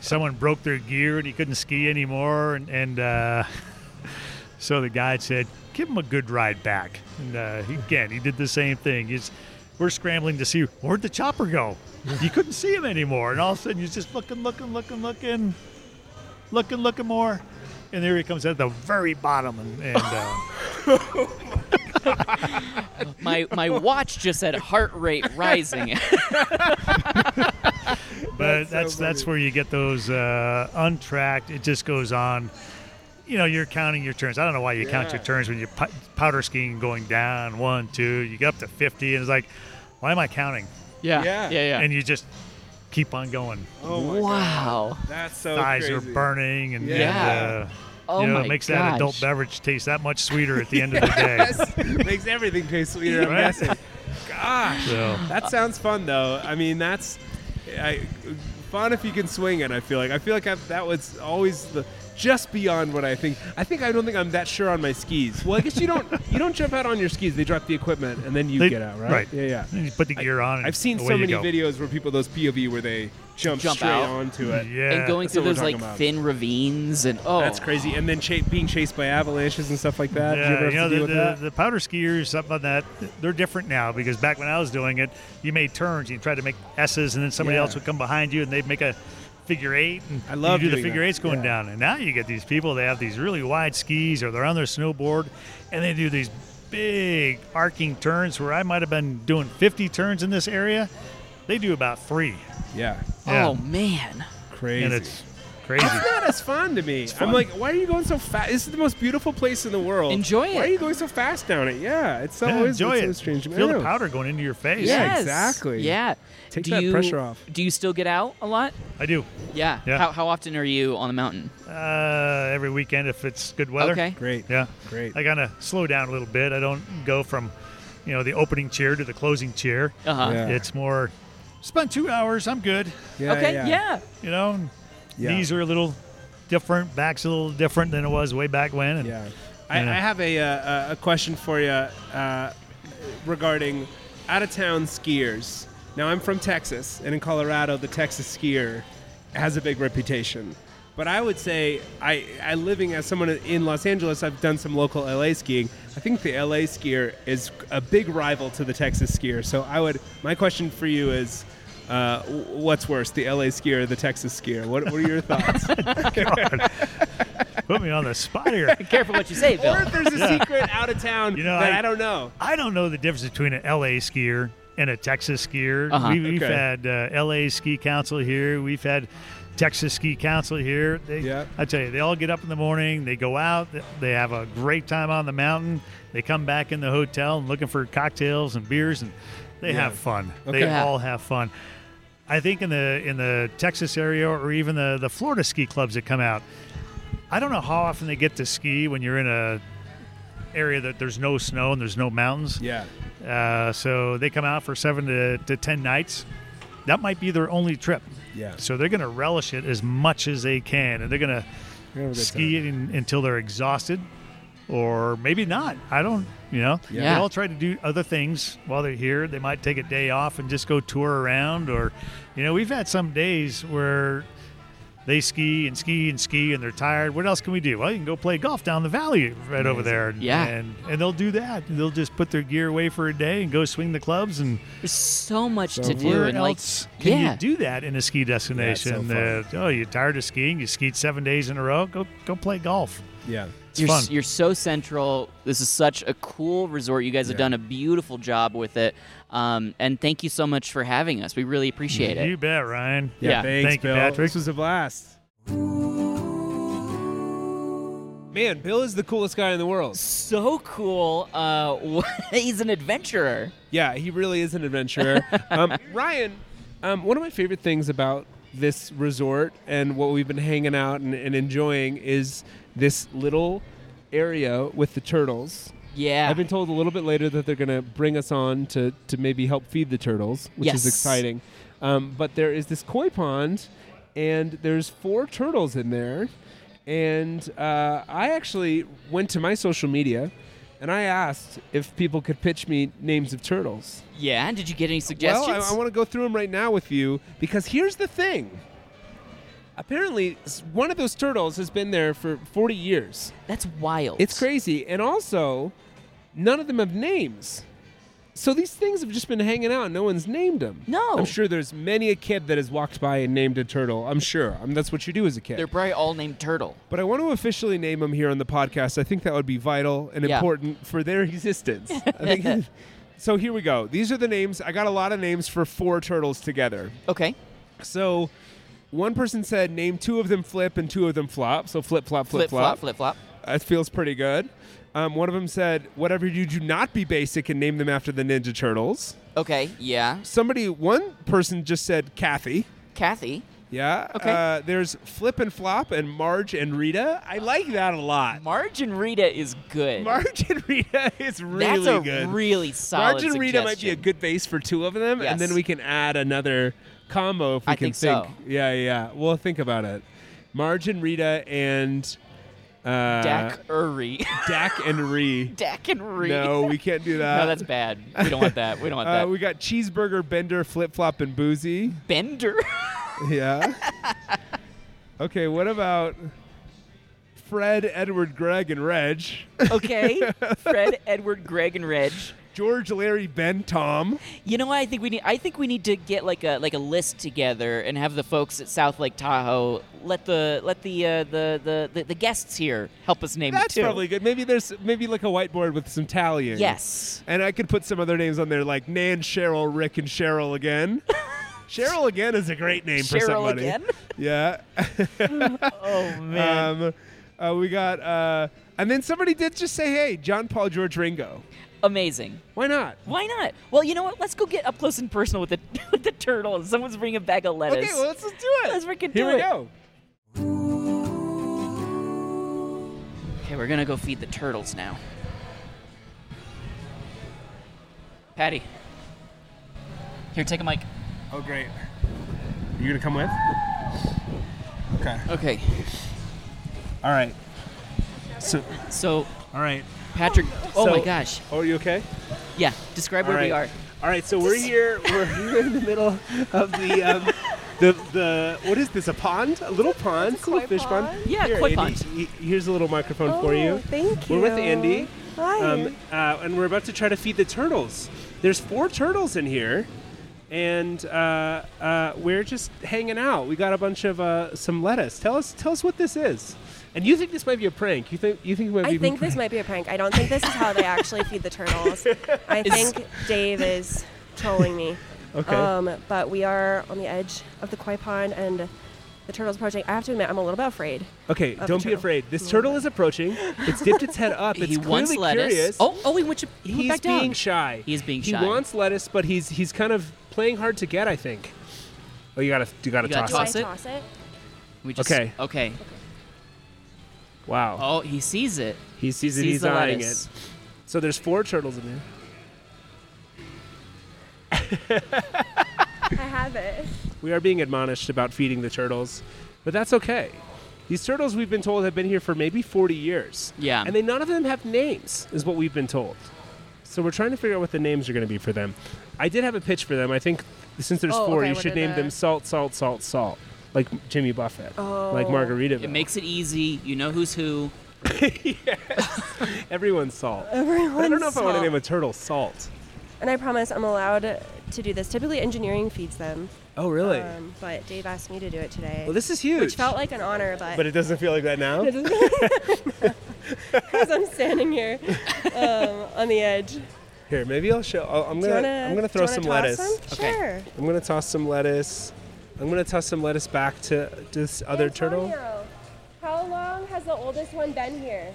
[SPEAKER 3] someone broke their gear and he couldn't ski anymore, and, and uh, so the guide said, "Give him a good ride back." And uh, he, again, he did the same thing. He's, we're scrambling to see where'd the chopper go. You couldn't see him anymore, and all of a sudden you're just looking, looking, looking, looking, looking, looking more, and there he comes at the very bottom, and, and uh,
[SPEAKER 1] My my watch just said heart rate rising.
[SPEAKER 2] That's so
[SPEAKER 3] but that's that's
[SPEAKER 2] funny.
[SPEAKER 3] where you get those uh, untracked. It just goes on. You know, you're counting your turns. I don't know why you count your
[SPEAKER 2] Yeah.
[SPEAKER 3] turns when you're pow- powder skiing, going down one, two. You get up to fifty, and it's like, why am I counting?
[SPEAKER 1] yeah.
[SPEAKER 2] Yeah.
[SPEAKER 1] Yeah. Yeah.
[SPEAKER 3] And you just keep on going.
[SPEAKER 2] Oh my God.
[SPEAKER 1] wow.
[SPEAKER 2] That's so
[SPEAKER 3] Thighs
[SPEAKER 2] Oh, crazy.
[SPEAKER 3] are burning, and
[SPEAKER 2] Yeah.
[SPEAKER 3] and, uh,
[SPEAKER 1] Oh
[SPEAKER 3] you know,
[SPEAKER 1] my
[SPEAKER 3] it makes
[SPEAKER 1] gosh.
[SPEAKER 3] that adult beverage taste that much sweeter at the end of the day.
[SPEAKER 2] Makes everything taste sweeter. I'm
[SPEAKER 3] Right?
[SPEAKER 2] guessing. Gosh,
[SPEAKER 3] So
[SPEAKER 2] that sounds fun though. I mean, that's I, fun if you can swing it. I feel like I feel like I've, that was always the just beyond what I think. I think I don't think I'm that sure on my skis. Well, I guess you don't you don't jump out on your skis. They drop the equipment and then you
[SPEAKER 3] They-
[SPEAKER 2] get out, right?
[SPEAKER 3] right.
[SPEAKER 2] Yeah, yeah.
[SPEAKER 3] you put the gear on. And
[SPEAKER 2] I've seen
[SPEAKER 3] away
[SPEAKER 2] so
[SPEAKER 3] you
[SPEAKER 2] many
[SPEAKER 3] go.
[SPEAKER 2] videos where people those POV where they jump,
[SPEAKER 1] Jump
[SPEAKER 2] straight
[SPEAKER 1] out.
[SPEAKER 2] onto it.
[SPEAKER 3] Yeah,
[SPEAKER 1] and going
[SPEAKER 2] that's
[SPEAKER 1] through
[SPEAKER 2] what we're
[SPEAKER 1] those like
[SPEAKER 2] talking about.
[SPEAKER 1] thin ravines and oh,
[SPEAKER 2] That's crazy. And then cha- being chased by avalanches and stuff like that. Do you
[SPEAKER 3] Yeah,
[SPEAKER 2] ever
[SPEAKER 3] you,
[SPEAKER 2] have to
[SPEAKER 3] know
[SPEAKER 2] deal with
[SPEAKER 3] the,
[SPEAKER 2] that?
[SPEAKER 3] the, the powder skiers up on that. They're different now because back when I was doing it, you made turns, you tried to make S's, and then somebody
[SPEAKER 2] Yeah.
[SPEAKER 3] else would come behind you and they'd make a figure eight. And
[SPEAKER 2] I love
[SPEAKER 3] you do the
[SPEAKER 2] doing
[SPEAKER 3] figure
[SPEAKER 2] that.
[SPEAKER 3] eights going
[SPEAKER 2] Yeah.
[SPEAKER 3] down, and now you get these people. They have these really wide skis, or they're on their snowboard, and they do these big arcing turns where I might have been doing 50 turns in this area. They do about three,
[SPEAKER 2] Yeah,
[SPEAKER 1] oh man,
[SPEAKER 2] crazy.
[SPEAKER 3] and it's crazy.
[SPEAKER 2] It's not as fun to me. I'm like, why are you going so fast? This is the most beautiful place in the world.
[SPEAKER 1] Enjoy
[SPEAKER 2] Why are
[SPEAKER 1] it.
[SPEAKER 2] you going so fast down Oh, it? Yeah, it's so
[SPEAKER 3] Yeah,
[SPEAKER 2] always
[SPEAKER 3] enjoy
[SPEAKER 2] it's
[SPEAKER 3] it.
[SPEAKER 2] So strange. to me. I
[SPEAKER 3] Feel the
[SPEAKER 2] know.
[SPEAKER 3] powder going into your face.
[SPEAKER 2] Yeah,
[SPEAKER 1] Yes.
[SPEAKER 2] exactly.
[SPEAKER 1] Yeah,
[SPEAKER 2] Take
[SPEAKER 1] do
[SPEAKER 2] that
[SPEAKER 1] you,
[SPEAKER 2] pressure off.
[SPEAKER 1] Do you still get out a lot?
[SPEAKER 3] I do.
[SPEAKER 1] Yeah.
[SPEAKER 3] Yeah.
[SPEAKER 1] How, how often are you on the mountain?
[SPEAKER 3] Uh, every weekend if it's good weather.
[SPEAKER 1] Okay.
[SPEAKER 2] Great.
[SPEAKER 3] Yeah.
[SPEAKER 2] Great.
[SPEAKER 3] I kind of slow down a little bit. I don't go from, you know, the opening cheer to the closing cheer.
[SPEAKER 1] Uh huh.
[SPEAKER 2] Yeah.
[SPEAKER 3] It's more, spend two hours. I'm good.
[SPEAKER 2] yeah,
[SPEAKER 1] okay.
[SPEAKER 2] yeah.
[SPEAKER 3] You know, and
[SPEAKER 2] Yeah.
[SPEAKER 3] knees are a little different. Back's a little different than it was way back when. And
[SPEAKER 2] Yeah. I,
[SPEAKER 3] Yeah.
[SPEAKER 2] I have a, uh, a- a question for you uh, regarding out of town skiers. Now, I'm from Texas, and in Colorado, the Texas skier has a big reputation. But I would say, I, I living as someone in Los Angeles, I've done some local LA skiing. I think the LA skier is a big rival to the Texas skier. So I would, my question for you is, uh, w- what's worse, the LA skier or the Texas skier? What, what are your thoughts?
[SPEAKER 3] Put me on the spot here.
[SPEAKER 1] Be careful what you say, Bill.
[SPEAKER 2] or if there's a secret out of town
[SPEAKER 3] You know,
[SPEAKER 2] that
[SPEAKER 3] I-
[SPEAKER 2] I don't know.
[SPEAKER 3] I don't know the difference between an LA skier and a Texas skier.
[SPEAKER 1] Uh-huh.
[SPEAKER 3] We, we've
[SPEAKER 2] Okay.
[SPEAKER 3] had uh, LA Ski Council here. We've had Texas Ski Council here. They,
[SPEAKER 2] Yeah.
[SPEAKER 3] I tell you, they all get up in the morning. They go out. th- They have a great time on the mountain. They come back in the hotel and looking for cocktails and beers, and they
[SPEAKER 2] Yeah.
[SPEAKER 3] have fun.
[SPEAKER 2] Okay.
[SPEAKER 3] They
[SPEAKER 1] Yeah.
[SPEAKER 3] all have fun. I think in the in the Texas area or even the the Florida ski clubs that come out, I don't know how often they get to ski when you're in a area that there's no snow and there's no mountains.
[SPEAKER 2] Yeah.
[SPEAKER 3] Uh, so they come out for seven to, to ten nights. That might be their only trip.
[SPEAKER 2] Yeah.
[SPEAKER 3] So they're going to relish it as much as they can, and they're going
[SPEAKER 2] have a
[SPEAKER 3] to
[SPEAKER 2] good
[SPEAKER 3] ski it in, until they're exhausted, or maybe not. I don't. You know,
[SPEAKER 1] Yeah.
[SPEAKER 3] they all try to do other things while they're here. They might take a day off and just go tour around, or you know, we've had some days where they ski and ski and ski and they're tired. What else can we do? Well, you can go play golf down the valley right over there. And,
[SPEAKER 1] Yeah.
[SPEAKER 3] And, and they'll do that. They'll just put their gear away for a day and go swing the clubs. And
[SPEAKER 1] There's so much
[SPEAKER 2] So
[SPEAKER 1] to do.
[SPEAKER 3] where
[SPEAKER 1] and
[SPEAKER 3] else
[SPEAKER 1] like,
[SPEAKER 3] can
[SPEAKER 1] yeah.
[SPEAKER 3] you do that in a ski destination?
[SPEAKER 2] Yeah,
[SPEAKER 3] Uh, oh, you're tired of skiing? You skied seven days in a row? Go go play golf.
[SPEAKER 2] Yeah.
[SPEAKER 3] It's
[SPEAKER 1] you're,
[SPEAKER 3] fun.
[SPEAKER 1] s- you're so central. This is such a cool resort. You guys have
[SPEAKER 2] Yeah.
[SPEAKER 1] done a beautiful job with it. Um, and thank you so much for having us. We really appreciate it.
[SPEAKER 3] you bet, Ryan.
[SPEAKER 1] Yeah. Yeah.
[SPEAKER 2] Thanks,
[SPEAKER 3] Thank you,
[SPEAKER 2] Bill.
[SPEAKER 3] Patrick.
[SPEAKER 2] This was a blast. Man, Bill is the coolest guy in the world.
[SPEAKER 1] so cool. Uh, he's an adventurer.
[SPEAKER 2] Yeah, he really is an adventurer. um, Ryan, um, one of my favorite things about this resort and what we've been hanging out and, and enjoying is this little area with the turtles.
[SPEAKER 1] Yeah.
[SPEAKER 2] I've been told a little bit later that they're going to bring us on to, to maybe help feed the turtles, which
[SPEAKER 1] Yes.
[SPEAKER 2] is exciting. Um, but there is this koi pond, and there's four turtles in there. And uh, I actually went to my social media, and I asked if people could pitch me names of turtles.
[SPEAKER 1] yeah. Did you get any suggestions?
[SPEAKER 2] Well, I, I want to go through them right now with you because here's the thing. Apparently, s- one of those turtles has been there for 40 years.
[SPEAKER 1] That's wild.
[SPEAKER 2] It's crazy. And also, none of them have names. So these things have just been hanging out. No one's named them.
[SPEAKER 1] No.
[SPEAKER 2] I'm sure there's many a kid that has walked by and named a turtle. I'm sure. I mean, that's what you do as a kid.
[SPEAKER 1] They're probably all named Turtle.
[SPEAKER 2] but I want to officially name them here on the podcast. I think that would be vital and
[SPEAKER 1] Yeah.
[SPEAKER 2] important for their existence. I think. So here we go. These are the names. I got a lot of names for four turtles together.
[SPEAKER 1] Okay.
[SPEAKER 2] So one person said name two of them flip and two of them flop. So flip flop flip
[SPEAKER 1] Flip flop, flip flop.
[SPEAKER 2] that feels pretty good. Um, one of them said, "Whatever you do, not be basic," and name them after the Ninja Turtles.
[SPEAKER 1] Okay. Yeah.
[SPEAKER 2] Somebody, one person just said Kathy.
[SPEAKER 1] Kathy.
[SPEAKER 2] Yeah.
[SPEAKER 1] Okay.
[SPEAKER 2] Uh, there's Flip and Flop and Marge and Rita. I like that a lot.
[SPEAKER 1] Marge and Rita is good.
[SPEAKER 2] Marge and Rita is really
[SPEAKER 1] That's a
[SPEAKER 2] good.
[SPEAKER 1] really solid
[SPEAKER 2] Marge and Rita might be a
[SPEAKER 1] suggestion.
[SPEAKER 2] good base for two of them,
[SPEAKER 1] Yes.
[SPEAKER 2] and then we can add another combo if we
[SPEAKER 1] I
[SPEAKER 2] can
[SPEAKER 1] think so.
[SPEAKER 2] Yeah, yeah. We'll think about it. Marge and Rita and uh,
[SPEAKER 1] Dak Uri.
[SPEAKER 2] Dak and Ree.
[SPEAKER 1] Dak and Rita.
[SPEAKER 2] No, we can't do that.
[SPEAKER 1] No, that's bad. We don't want that. We don't want
[SPEAKER 2] Uh,
[SPEAKER 1] that.
[SPEAKER 2] we got cheeseburger, Bender, flip flop, and boozy.
[SPEAKER 1] Bender.
[SPEAKER 2] Yeah. okay, what about Fred, Edward, Greg, and Reg?
[SPEAKER 1] okay. Fred, Edward, Greg, and Reg.
[SPEAKER 2] George, Larry, Ben, Tom.
[SPEAKER 1] You know what I think we need? I think we need to get like a like a list together and have the folks at South Lake Tahoe let the let the uh, the, the the the guests here help us name
[SPEAKER 2] That's
[SPEAKER 1] it too.
[SPEAKER 2] probably good. Maybe there's maybe like a whiteboard with some tallying.
[SPEAKER 1] yes.
[SPEAKER 2] And I could put some other names on there like Nan, Cheryl, Rick, and Cheryl again. Cheryl again is a great name for
[SPEAKER 1] Cheryl
[SPEAKER 2] somebody.
[SPEAKER 1] again?
[SPEAKER 2] Yeah.
[SPEAKER 1] Oh man.
[SPEAKER 2] um, uh, we got uh, and then somebody did just say, "Hey, John Paul George Ringo."
[SPEAKER 1] Amazing.
[SPEAKER 2] Why not?
[SPEAKER 1] Why not? Well, you know what? Let's go get up close and personal with the with the turtle. and Someone's bringing a bag of lettuce.
[SPEAKER 2] Okay, well, let's just do it.
[SPEAKER 1] Let's freaking
[SPEAKER 2] Here
[SPEAKER 1] do
[SPEAKER 2] we
[SPEAKER 1] it.
[SPEAKER 2] go.
[SPEAKER 1] Okay, we're gonna go feed the turtles now. Patty. Here, take a mic.
[SPEAKER 2] Oh, great. You gonna come with? Okay.
[SPEAKER 1] Okay.
[SPEAKER 2] All right. So,
[SPEAKER 1] So,
[SPEAKER 2] all right.
[SPEAKER 1] Patrick. Oh
[SPEAKER 2] So-
[SPEAKER 1] my gosh.
[SPEAKER 2] Oh, are you okay?
[SPEAKER 1] Yeah. Describe where we
[SPEAKER 2] All
[SPEAKER 1] are.
[SPEAKER 2] right. All right. So we're here. We're here in the middle of the. Um, The, the what is this a pond a little pond a little
[SPEAKER 4] koi
[SPEAKER 2] fish pond,
[SPEAKER 4] pond?
[SPEAKER 1] Yeah,
[SPEAKER 2] Here,
[SPEAKER 1] koi
[SPEAKER 2] Andy,
[SPEAKER 1] pond.
[SPEAKER 2] y- here's a little microphone for
[SPEAKER 4] Oh,
[SPEAKER 2] you
[SPEAKER 4] Thank you.
[SPEAKER 2] we're with Andy
[SPEAKER 4] Hi.
[SPEAKER 2] um, uh, and we're about to try to feed the turtles there's four turtles in here and uh, uh, we're just hanging out we got a bunch of uh, some lettuce tell us tell us what this is and you think this might be a prank you think you think it might
[SPEAKER 4] I
[SPEAKER 2] be
[SPEAKER 4] think this might be a prank. I don't think this is how they actually feed the turtles. I think Dave is trolling me.
[SPEAKER 2] Okay.
[SPEAKER 4] Um, but we are on the edge of the koi pond and the turtles approaching. I have to admit, I'm a little bit afraid.
[SPEAKER 2] Okay,
[SPEAKER 4] the
[SPEAKER 2] don't be
[SPEAKER 4] turtle.
[SPEAKER 2] afraid. This turtle is approaching. It's dipped its head up. It's
[SPEAKER 1] he wants
[SPEAKER 2] clearly
[SPEAKER 1] lettuce.
[SPEAKER 2] curious.
[SPEAKER 1] Oh, oh, he went, he went
[SPEAKER 2] he's
[SPEAKER 1] back down.
[SPEAKER 2] being shy.
[SPEAKER 1] He is being
[SPEAKER 2] he
[SPEAKER 1] shy.
[SPEAKER 2] wants lettuce, but he's he's kind of playing hard to get. I think. Oh, you gotta you gotta
[SPEAKER 1] You gotta
[SPEAKER 2] toss
[SPEAKER 1] toss
[SPEAKER 2] it.
[SPEAKER 4] Do
[SPEAKER 1] it?
[SPEAKER 4] I toss it?
[SPEAKER 1] We just,
[SPEAKER 2] Okay.
[SPEAKER 1] Okay.
[SPEAKER 2] Wow.
[SPEAKER 1] Oh, he sees it.
[SPEAKER 2] he sees it.
[SPEAKER 1] sees
[SPEAKER 2] he's
[SPEAKER 1] the
[SPEAKER 2] eyeing
[SPEAKER 1] lettuce.
[SPEAKER 2] it. So there's four turtles in there.
[SPEAKER 4] I have it.
[SPEAKER 2] We are being admonished about feeding the turtles, but that's okay. These turtles, we've been told, have been here for maybe 40 years.
[SPEAKER 1] Yeah.
[SPEAKER 2] And they none of them have names, is what we've been told. So we're trying to figure out what the names are going to be for them. I did have a pitch for them. I think since there's
[SPEAKER 4] Oh,
[SPEAKER 2] four,
[SPEAKER 4] okay,
[SPEAKER 2] you
[SPEAKER 4] what
[SPEAKER 2] should
[SPEAKER 4] are
[SPEAKER 2] name
[SPEAKER 4] the-
[SPEAKER 2] them Salt, Salt, Salt, Salt, like Jimmy Buffett, like
[SPEAKER 4] Oh.
[SPEAKER 2] Margaritaville.
[SPEAKER 1] It makes it easy. You know who's who.
[SPEAKER 2] everyone salt.
[SPEAKER 4] Everyone.
[SPEAKER 2] I don't know if I want to
[SPEAKER 4] saw.
[SPEAKER 2] name a turtle Salt.
[SPEAKER 4] And I promise I'm allowed to do this. Typically, engineering feeds them.
[SPEAKER 2] Oh, really?
[SPEAKER 4] Um, but Dave asked me to do it today.
[SPEAKER 2] well, this is huge.
[SPEAKER 4] which felt like an honor, but,
[SPEAKER 2] but it doesn't feel like that now.
[SPEAKER 4] because I'm standing here um, on the edge. Do
[SPEAKER 2] Here, maybe I'll show. I'll, I'm
[SPEAKER 4] you
[SPEAKER 2] gonna.
[SPEAKER 4] wanna,
[SPEAKER 2] I'm gonna
[SPEAKER 4] do you
[SPEAKER 2] throw some
[SPEAKER 4] wanna toss
[SPEAKER 2] lettuce.
[SPEAKER 4] some?
[SPEAKER 1] Okay.
[SPEAKER 4] Sure.
[SPEAKER 2] I'm gonna toss some lettuce. I'm gonna toss some lettuce back to this other turtle.
[SPEAKER 4] How long has the oldest one been here?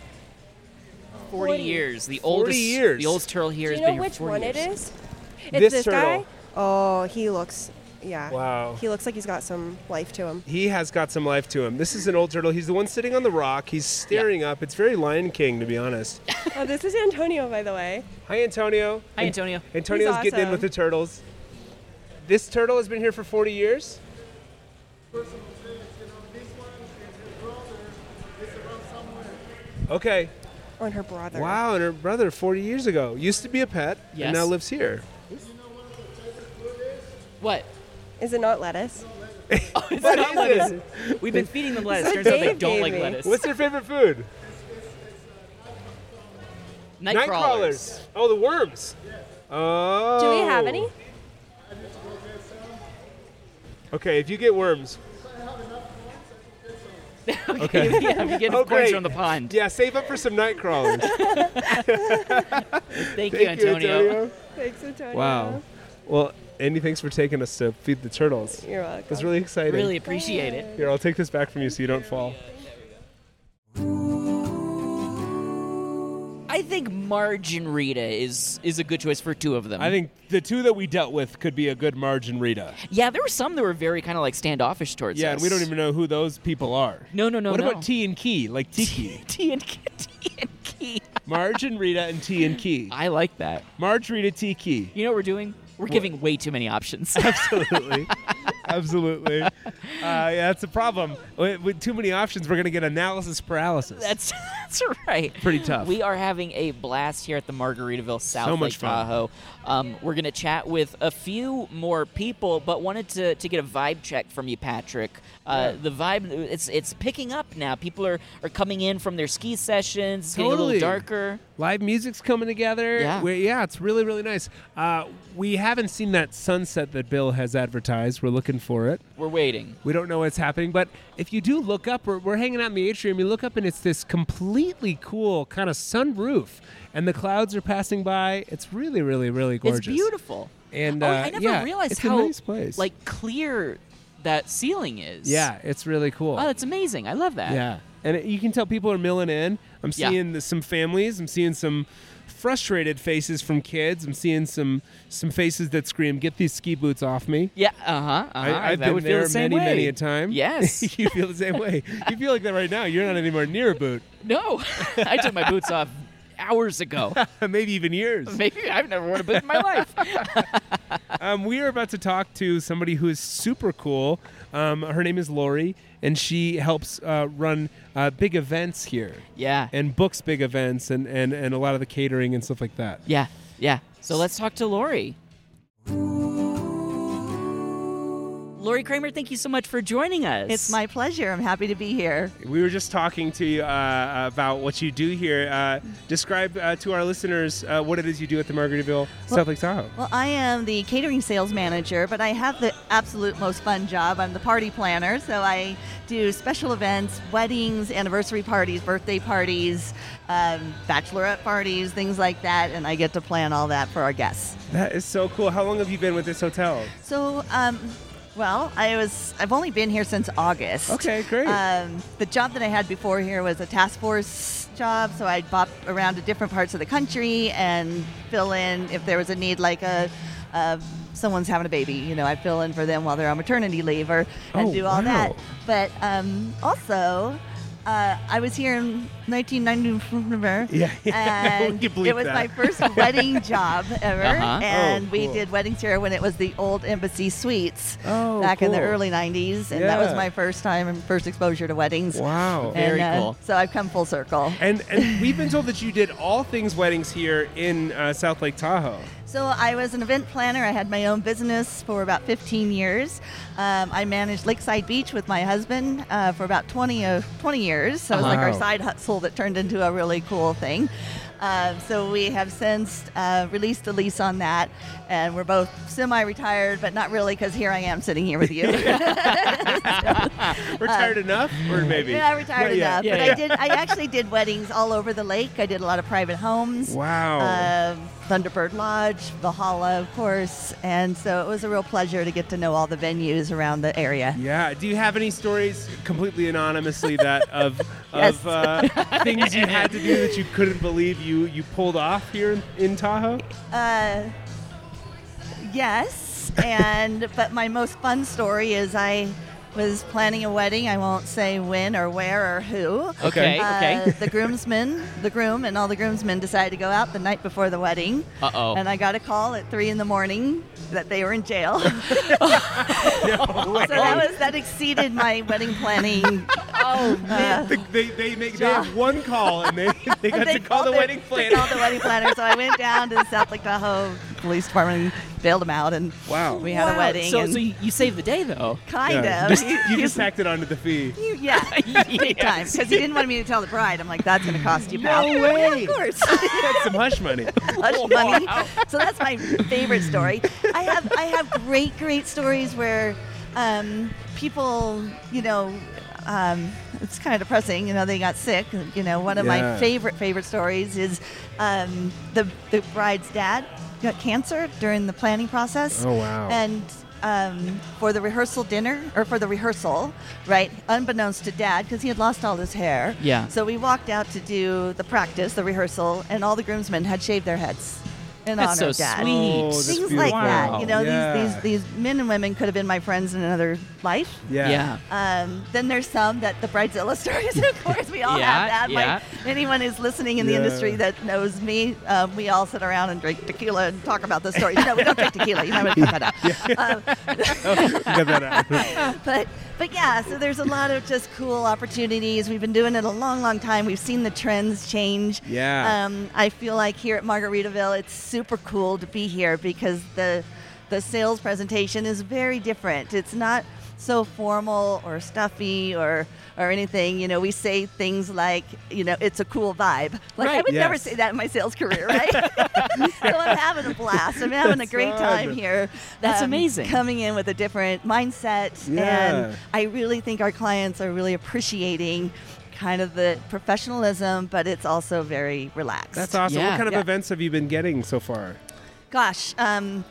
[SPEAKER 1] 40,
[SPEAKER 4] 40.
[SPEAKER 1] years. The oldest.
[SPEAKER 2] years.
[SPEAKER 1] The oldest turtle here
[SPEAKER 4] Do
[SPEAKER 1] has
[SPEAKER 4] you know
[SPEAKER 1] been here
[SPEAKER 4] which
[SPEAKER 1] for 40
[SPEAKER 4] one
[SPEAKER 1] years.
[SPEAKER 4] it is? It's
[SPEAKER 2] This
[SPEAKER 4] this,
[SPEAKER 2] turtle.
[SPEAKER 4] guy. Oh, he looks. Yeah.
[SPEAKER 2] Wow.
[SPEAKER 4] He looks like he's got some life to him.
[SPEAKER 2] He has got some life to him. This is an old turtle. He's the one sitting on the rock. He's staring up. It's very Lion King, to be honest.
[SPEAKER 4] oh, this is Antonio, by the way.
[SPEAKER 2] Hi, Antonio.
[SPEAKER 1] Hi, Antonio.
[SPEAKER 2] Antonio's
[SPEAKER 4] He's
[SPEAKER 2] getting in
[SPEAKER 4] awesome.
[SPEAKER 2] with the turtles. This turtle has been here for 40 years. Okay.
[SPEAKER 4] Oh, and her brother.
[SPEAKER 2] Wow, and her brother 40 years ago used to be a pet
[SPEAKER 1] Yes.
[SPEAKER 2] and now lives here.
[SPEAKER 1] What?
[SPEAKER 4] Is it not lettuce?
[SPEAKER 1] It's
[SPEAKER 2] What
[SPEAKER 1] not
[SPEAKER 2] is
[SPEAKER 1] lettuce.
[SPEAKER 2] it?
[SPEAKER 1] We've been feeding them lettuce.
[SPEAKER 4] what
[SPEAKER 1] Turns out they
[SPEAKER 4] Dave
[SPEAKER 1] don't
[SPEAKER 4] gave
[SPEAKER 1] like
[SPEAKER 4] me.
[SPEAKER 1] lettuce.
[SPEAKER 2] What's their favorite food?
[SPEAKER 1] Night,
[SPEAKER 2] Night
[SPEAKER 1] crawlers.
[SPEAKER 2] crawlers. Oh, the worms. Oh.
[SPEAKER 4] Do we have any?
[SPEAKER 2] Okay, if you get worms. Okay.
[SPEAKER 1] yeah, we get
[SPEAKER 2] Oh,
[SPEAKER 1] corns
[SPEAKER 2] great.
[SPEAKER 1] from the pond.
[SPEAKER 2] Yeah, save up for some night crawlers.
[SPEAKER 1] Thank,
[SPEAKER 2] Thank
[SPEAKER 1] you, Antonio.
[SPEAKER 4] Thanks, Antonio.
[SPEAKER 2] Wow. Well, Andy, thanks for taking us to feed the turtles.
[SPEAKER 4] You're welcome.
[SPEAKER 2] That's really exciting.
[SPEAKER 1] Really appreciate it.
[SPEAKER 2] Here, I'll take this back from you so you don't fall.
[SPEAKER 1] I think Marge and Rita is is a good choice for two of them.
[SPEAKER 2] I think the two that we dealt with could be a good margin, Rita.
[SPEAKER 1] Yeah, there were some that were very kind of like standoffish towards
[SPEAKER 2] Yeah,
[SPEAKER 1] us.
[SPEAKER 2] and we don't even know who those people are.
[SPEAKER 1] No, no, no,
[SPEAKER 2] What
[SPEAKER 1] no.
[SPEAKER 2] about T and Key? Like Tiki,
[SPEAKER 1] T and K- T and Key.
[SPEAKER 2] Marge and Rita and T and Key.
[SPEAKER 1] I like that.
[SPEAKER 2] Marge, Rita, T, Key.
[SPEAKER 1] You know what we're doing? We're giving way too many options.
[SPEAKER 2] absolutely absolutely uh, yeah that's a problem with, with too many options we're going to get analysis paralysis
[SPEAKER 1] that's that's right.
[SPEAKER 2] Pretty tough.
[SPEAKER 1] We are having a blast here at the Margaritaville South
[SPEAKER 2] So much
[SPEAKER 1] Lake
[SPEAKER 2] fun.
[SPEAKER 1] Tahoe. Um, we're gonna chat with a few more people, but wanted to, to get a vibe check from you, Patrick. Uh, The vibe it's it's picking up now. People are, are coming in from their ski sessions. It's getting a
[SPEAKER 2] Totally.
[SPEAKER 1] little darker.
[SPEAKER 2] live music's coming together
[SPEAKER 1] Yeah.
[SPEAKER 2] We're- yeah it's really really nice uh, we haven't seen that sunset that bill has advertised we're looking for it
[SPEAKER 1] We're waiting.
[SPEAKER 2] we don't know what's happening but if you do look up we're, we're hanging out in the atrium you look up and it's this completely cool kind of sunroof and the clouds are passing by it's really really really gorgeous
[SPEAKER 1] It's beautiful.
[SPEAKER 2] and
[SPEAKER 1] Oh,
[SPEAKER 2] uh,
[SPEAKER 1] I never
[SPEAKER 2] yeah,
[SPEAKER 1] realized
[SPEAKER 2] it's
[SPEAKER 1] how
[SPEAKER 2] a nice place
[SPEAKER 1] like clear that ceiling is.
[SPEAKER 2] yeah it's really cool
[SPEAKER 1] Oh, that's amazing. I love that.
[SPEAKER 2] Yeah, and it- you can tell people are milling in. I'm
[SPEAKER 1] Yeah.
[SPEAKER 2] seeing the, some families. I'm seeing some frustrated faces from kids. I'm seeing some some faces that scream, "Get these ski boots off me!"
[SPEAKER 1] Yeah. Uh huh. Uh-huh.
[SPEAKER 2] I, I've
[SPEAKER 1] that
[SPEAKER 2] been
[SPEAKER 1] would
[SPEAKER 2] there
[SPEAKER 1] feel the same
[SPEAKER 2] many,
[SPEAKER 1] way.
[SPEAKER 2] many a time.
[SPEAKER 1] Yes.
[SPEAKER 2] you feel the same way. You feel like that right now. You're not anywhere near a boot.
[SPEAKER 1] No, I took my boots off hours ago.
[SPEAKER 2] Maybe even years.
[SPEAKER 1] Maybe I've never worn a boot in my life.
[SPEAKER 2] Um, we are about to talk to somebody who is super cool. Um, her name is Lori, and she helps uh, run uh, big events here
[SPEAKER 1] Yeah.
[SPEAKER 2] and books big events and, and, and a lot of the catering and stuff like that.
[SPEAKER 1] Yeah. Yeah. So let's talk to Lori. Lori Kramer, thank you so much for joining us.
[SPEAKER 5] It's my pleasure. I'm happy to be here.
[SPEAKER 2] We were just talking to you uh, about what you do here. Uh, describe uh, to our listeners uh, what it is you do at the Margaritaville South Lake Tahoe.
[SPEAKER 5] Well, I am the catering sales manager, but I have the absolute most fun job. I'm the party planner, so I do special events, weddings, anniversary parties, birthday parties, um, bachelorette parties, things like that, and I get to plan all that for our guests.
[SPEAKER 2] That is so cool. How long have you been with this hotel?
[SPEAKER 5] So, um, well, I was I've only been here since August.
[SPEAKER 2] Okay, great.
[SPEAKER 5] Um, the job that I had before here was a task force job, so I'd bop around to different parts of the country and fill in if there was a need, like a. Uh, someone's having a baby, you know, I fill in for them while they're on maternity leave or and
[SPEAKER 2] Oh,
[SPEAKER 5] do
[SPEAKER 2] wow.
[SPEAKER 5] all that. But um, also, uh, I was here in 1990,
[SPEAKER 2] Yeah, yeah. We
[SPEAKER 5] and
[SPEAKER 2] can bleep
[SPEAKER 5] it was
[SPEAKER 2] that.
[SPEAKER 5] my first wedding job ever,
[SPEAKER 1] Uh-huh.
[SPEAKER 5] and
[SPEAKER 2] Oh,
[SPEAKER 5] we
[SPEAKER 2] cool.
[SPEAKER 5] did weddings here when it was the old Embassy Suites
[SPEAKER 2] Oh,
[SPEAKER 5] back in the
[SPEAKER 2] cool.
[SPEAKER 5] early 90s, and that was
[SPEAKER 2] Yeah.
[SPEAKER 5] my first time and first exposure to weddings.
[SPEAKER 2] Wow.
[SPEAKER 1] Very
[SPEAKER 5] And, uh,
[SPEAKER 1] cool.
[SPEAKER 5] So I've come full circle.
[SPEAKER 2] And, and we've been told that you did all things weddings here in uh, South Lake Tahoe.
[SPEAKER 5] So I was an event planner. I had my own business for about 15 years. Um, I managed Lakeside Beach with my husband uh, for about 20 of 20 years. So it was like our
[SPEAKER 2] Wow.
[SPEAKER 5] side hustle that turned into a really cool thing. Uh, so we have since uh, released a lease on that, and we're both semi-retired, but not really, because here I am sitting here with you.
[SPEAKER 2] Retired enough, or maybe?
[SPEAKER 5] Uh, Yeah, I retired
[SPEAKER 2] Not yet.
[SPEAKER 5] enough. but I did. I actually did weddings all over the lake. I did a lot of private homes.
[SPEAKER 2] Wow.
[SPEAKER 5] Uh, Thunderbird Lodge, Valhalla, of course, and so it was a real pleasure to get to know all the venues around the area.
[SPEAKER 2] Yeah. Do you have any stories completely anonymously that of of
[SPEAKER 5] Yes.
[SPEAKER 2] uh, things you had to do that you couldn't believe you you pulled off here in, in Tahoe?
[SPEAKER 5] Uh, yes, and but my most fun story is I was planning a wedding. I won't say when or where or who.
[SPEAKER 1] Okay.
[SPEAKER 5] Uh, the groomsmen, the groom, and all the groomsmen decided to go out the night before the wedding.
[SPEAKER 1] Uh oh.
[SPEAKER 5] And I got a call at three in the morning that they were in jail. so that was that exceeded my wedding planning.
[SPEAKER 1] oh
[SPEAKER 5] Uh,
[SPEAKER 2] They, they, they make they have one call and they, they got
[SPEAKER 5] they
[SPEAKER 2] to call the
[SPEAKER 5] called
[SPEAKER 2] wedding
[SPEAKER 5] They
[SPEAKER 2] planner.
[SPEAKER 5] called the wedding planner. So I went down to the South Lake Tahoe Police Department and bailed them out, and
[SPEAKER 2] Wow.
[SPEAKER 5] we had a wedding.
[SPEAKER 1] So,
[SPEAKER 5] and
[SPEAKER 1] so you, you saved the day though.
[SPEAKER 5] kind
[SPEAKER 2] Yeah,
[SPEAKER 5] of.
[SPEAKER 2] just-
[SPEAKER 5] He-
[SPEAKER 2] you just tacked it onto the fee.
[SPEAKER 5] he- yeah, big time. Because he didn't want me to tell the bride. I'm like, that's going to cost you,
[SPEAKER 2] No
[SPEAKER 5] pal.
[SPEAKER 2] way.
[SPEAKER 5] Yeah, of course.
[SPEAKER 2] That's some hush money.
[SPEAKER 5] hush money. So that's my favorite story. I have I have great great stories where um, people, you know, um, it's kind of depressing. You know, they got sick. You know, one of
[SPEAKER 2] Yeah.
[SPEAKER 5] my favorite favorite stories is um, the the bride's dad got cancer during the planning process.
[SPEAKER 2] Oh, wow.
[SPEAKER 5] And um, for the rehearsal dinner or for the rehearsal, right? Unbeknownst to Dad, because he had lost all his hair.
[SPEAKER 1] Yeah.
[SPEAKER 5] So we walked out to do the practice, the rehearsal, and all the groomsmen had shaved their heads in
[SPEAKER 1] That's so
[SPEAKER 5] honor of Dad.
[SPEAKER 1] sweet.
[SPEAKER 2] Oh, that's
[SPEAKER 5] Things
[SPEAKER 2] beautiful.
[SPEAKER 5] like that, you know,
[SPEAKER 2] Yeah.
[SPEAKER 5] these, these these men and women could have been my friends in another life.
[SPEAKER 2] Yeah.
[SPEAKER 1] yeah.
[SPEAKER 5] Um, then there's some that the bridezilla stories, of course, we all
[SPEAKER 1] Yeah,
[SPEAKER 5] have that.
[SPEAKER 1] yeah.
[SPEAKER 5] Like anyone who's listening in the
[SPEAKER 2] Yeah.
[SPEAKER 5] industry that knows me, um, we all sit around and drink tequila and talk about those stories. No, we don't drink tequila. You're not going to cut that out. Um,
[SPEAKER 2] Cut that out.
[SPEAKER 5] but but yeah, so there's a lot of just cool opportunities. We've been doing it a long, long time. We've seen the trends change.
[SPEAKER 2] Yeah.
[SPEAKER 5] Um, I feel like here at Margaritaville, it's super cool to be here because the the sales presentation is very different. It's not so formal or stuffy or or anything. You know, we say things like, you know, it's a cool vibe. Like I
[SPEAKER 1] Right.
[SPEAKER 5] would never
[SPEAKER 2] Yes.
[SPEAKER 5] say that in my sales career, right? so I'm having a blast. I'm having a great time
[SPEAKER 2] awesome.
[SPEAKER 5] here. Um,
[SPEAKER 1] That's amazing.
[SPEAKER 5] Coming in with a different mindset
[SPEAKER 2] Yeah.
[SPEAKER 5] and I really think our clients are really appreciating kind of the professionalism, but it's also very relaxed.
[SPEAKER 2] That's awesome.
[SPEAKER 1] Yeah.
[SPEAKER 2] what kind of
[SPEAKER 5] Yeah.
[SPEAKER 2] events have you been getting so far?
[SPEAKER 5] Gosh, um,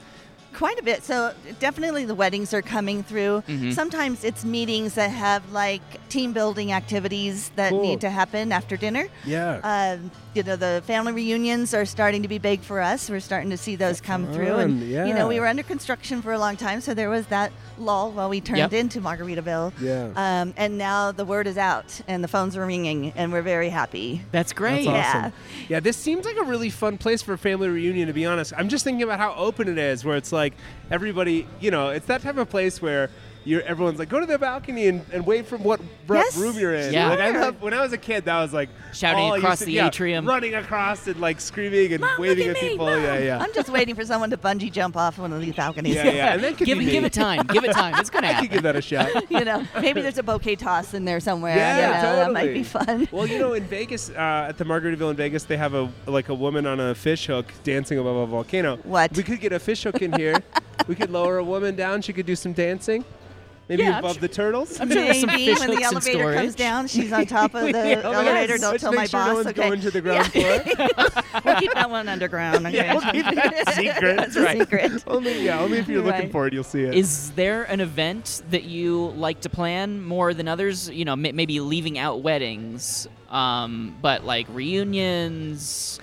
[SPEAKER 5] quite a bit. So definitely the weddings are coming through.
[SPEAKER 2] Mm-hmm.
[SPEAKER 5] Sometimes it's meetings that have like team building activities that
[SPEAKER 2] Cool.
[SPEAKER 5] need to happen after dinner.
[SPEAKER 2] Yeah.
[SPEAKER 5] Um, you know, the family reunions are starting to be big for us. We're starting to see those come through. And,
[SPEAKER 2] Fun,
[SPEAKER 5] you know, we
[SPEAKER 2] yeah.
[SPEAKER 5] were under construction for a long time, so there was that lull while we turned
[SPEAKER 1] Yep.
[SPEAKER 5] into Margaritaville.
[SPEAKER 2] Yeah.
[SPEAKER 5] Um, and now the word is out and the phones are ringing, and we're very happy.
[SPEAKER 1] That's great.
[SPEAKER 2] That's awesome. Yeah. this seems like a really fun place for a family reunion, to be honest. I'm just thinking about how open it is, where it's like everybody, you know, it's that type of place where you're, everyone's like, go to the balcony and, and wait from what r-
[SPEAKER 5] Yes,
[SPEAKER 2] room you're in.
[SPEAKER 1] Yeah.
[SPEAKER 2] Like, I
[SPEAKER 5] sure.
[SPEAKER 2] love, when I was a kid, that was like
[SPEAKER 1] Shouting
[SPEAKER 2] all I
[SPEAKER 1] across
[SPEAKER 2] used to-
[SPEAKER 1] the
[SPEAKER 2] yeah,
[SPEAKER 1] atrium.
[SPEAKER 2] running across and like screaming and
[SPEAKER 5] Mom, look
[SPEAKER 2] waving
[SPEAKER 5] at me,
[SPEAKER 2] people.
[SPEAKER 5] Mom.
[SPEAKER 2] Yeah, yeah.
[SPEAKER 5] I'm just waiting for someone to bungee jump off one of these balconies.
[SPEAKER 2] yeah, yeah. And that could
[SPEAKER 1] Give
[SPEAKER 2] be
[SPEAKER 1] it,
[SPEAKER 2] me.
[SPEAKER 1] give it time. Give it time. It's gonna
[SPEAKER 2] I could
[SPEAKER 1] happen.
[SPEAKER 2] give that a shot.
[SPEAKER 5] you know, maybe there's a bouquet toss in there somewhere.
[SPEAKER 2] Yeah,
[SPEAKER 5] you know,
[SPEAKER 2] totally.
[SPEAKER 5] That might be fun.
[SPEAKER 2] Well, you know, in Vegas, uh, at the Margaritaville in Vegas, they have a like a woman on a fish hook dancing above a volcano.
[SPEAKER 5] What?
[SPEAKER 2] We could get a fish hook in here. we could lower a woman down. She could do some dancing. Maybe
[SPEAKER 1] Yeah, I'm
[SPEAKER 2] above
[SPEAKER 1] sure-
[SPEAKER 2] the turtles.
[SPEAKER 1] I'm sure there's some
[SPEAKER 5] Maybe
[SPEAKER 1] fish
[SPEAKER 5] when the
[SPEAKER 1] hooks and
[SPEAKER 5] elevator comes
[SPEAKER 1] storage.
[SPEAKER 5] down, she's on top of the
[SPEAKER 2] Yes.
[SPEAKER 5] elevator. Don't
[SPEAKER 2] Oh Let's
[SPEAKER 5] tell
[SPEAKER 2] make
[SPEAKER 5] my
[SPEAKER 2] sure
[SPEAKER 5] boss.
[SPEAKER 2] No one's
[SPEAKER 5] okay.
[SPEAKER 2] going to the ground floor.
[SPEAKER 5] We'll keep that one underground. Okay?
[SPEAKER 2] yeah, we'll keep that secret.
[SPEAKER 5] That's a secret.
[SPEAKER 2] Only, yeah, only if you're looking
[SPEAKER 5] Right.
[SPEAKER 2] for it, you'll see it.
[SPEAKER 1] Is there an event that you like to plan more than others? You know, m- maybe leaving out weddings, um, but like reunions.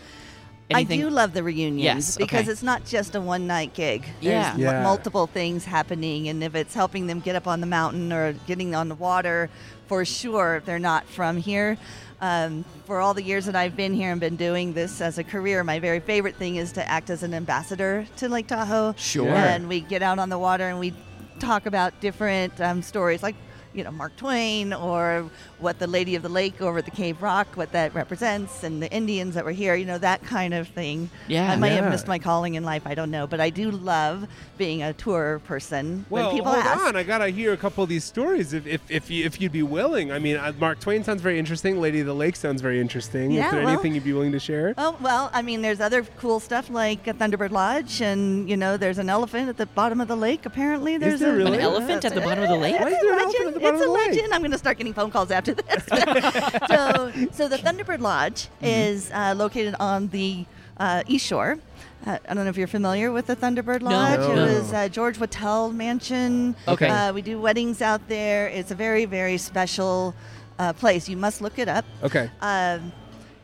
[SPEAKER 1] Anything?
[SPEAKER 5] I do love the reunions
[SPEAKER 1] Yes,
[SPEAKER 5] because
[SPEAKER 1] okay.
[SPEAKER 5] it's not just a one night gig.
[SPEAKER 1] Yeah.
[SPEAKER 5] There's mu-
[SPEAKER 2] Yeah.
[SPEAKER 5] multiple things happening, and if it's helping them get up on the mountain or getting on the water, for sure, if they're not from here. Um, for all the years that I've been here and been doing this as a career, my very favorite thing is to act as an ambassador to Lake Tahoe.
[SPEAKER 1] Sure.
[SPEAKER 5] And we get out on the water and we talk about different um, stories like you know mark twain or what the lady of the lake over at the cave rock what that represents and the indians that were here you know that kind of thing
[SPEAKER 1] Yeah.
[SPEAKER 5] i might
[SPEAKER 2] Yeah.
[SPEAKER 5] have missed my calling in life i don't know but i do love being a tour person
[SPEAKER 2] Well,
[SPEAKER 5] when people
[SPEAKER 2] hold
[SPEAKER 5] ask
[SPEAKER 2] on. I gotta hear a couple of these stories if if if, you, if you'd be willing. I mean, uh, Mark Twain sounds very interesting. Lady of the Lake sounds very interesting.
[SPEAKER 5] Yeah,
[SPEAKER 2] Is there
[SPEAKER 5] well-
[SPEAKER 2] anything you'd be willing to share?
[SPEAKER 5] Oh well, I mean, there's other cool stuff like a Thunderbird Lodge, and you know, there's an elephant at the bottom of the lake. Apparently, there's
[SPEAKER 2] there
[SPEAKER 5] a,
[SPEAKER 2] really?
[SPEAKER 1] An elephant at the bottom of the lake?
[SPEAKER 5] It's
[SPEAKER 2] Why is
[SPEAKER 5] a
[SPEAKER 2] there an
[SPEAKER 5] legend.
[SPEAKER 2] elephant at the bottom
[SPEAKER 5] it's a
[SPEAKER 2] of the lake?
[SPEAKER 5] legend. I'm going to start getting phone calls after this. so, so the Thunderbird Lodge
[SPEAKER 2] Mm-hmm.
[SPEAKER 5] is uh, located on the uh, East Shore. Uh, I don't know if you're familiar with the Thunderbird Lodge.
[SPEAKER 1] No.
[SPEAKER 5] It was uh, George Wattell Mansion.
[SPEAKER 1] Okay.
[SPEAKER 5] Uh, we do weddings out there. It's a very, very special uh, place. You must look it up.
[SPEAKER 2] Okay.
[SPEAKER 5] Um,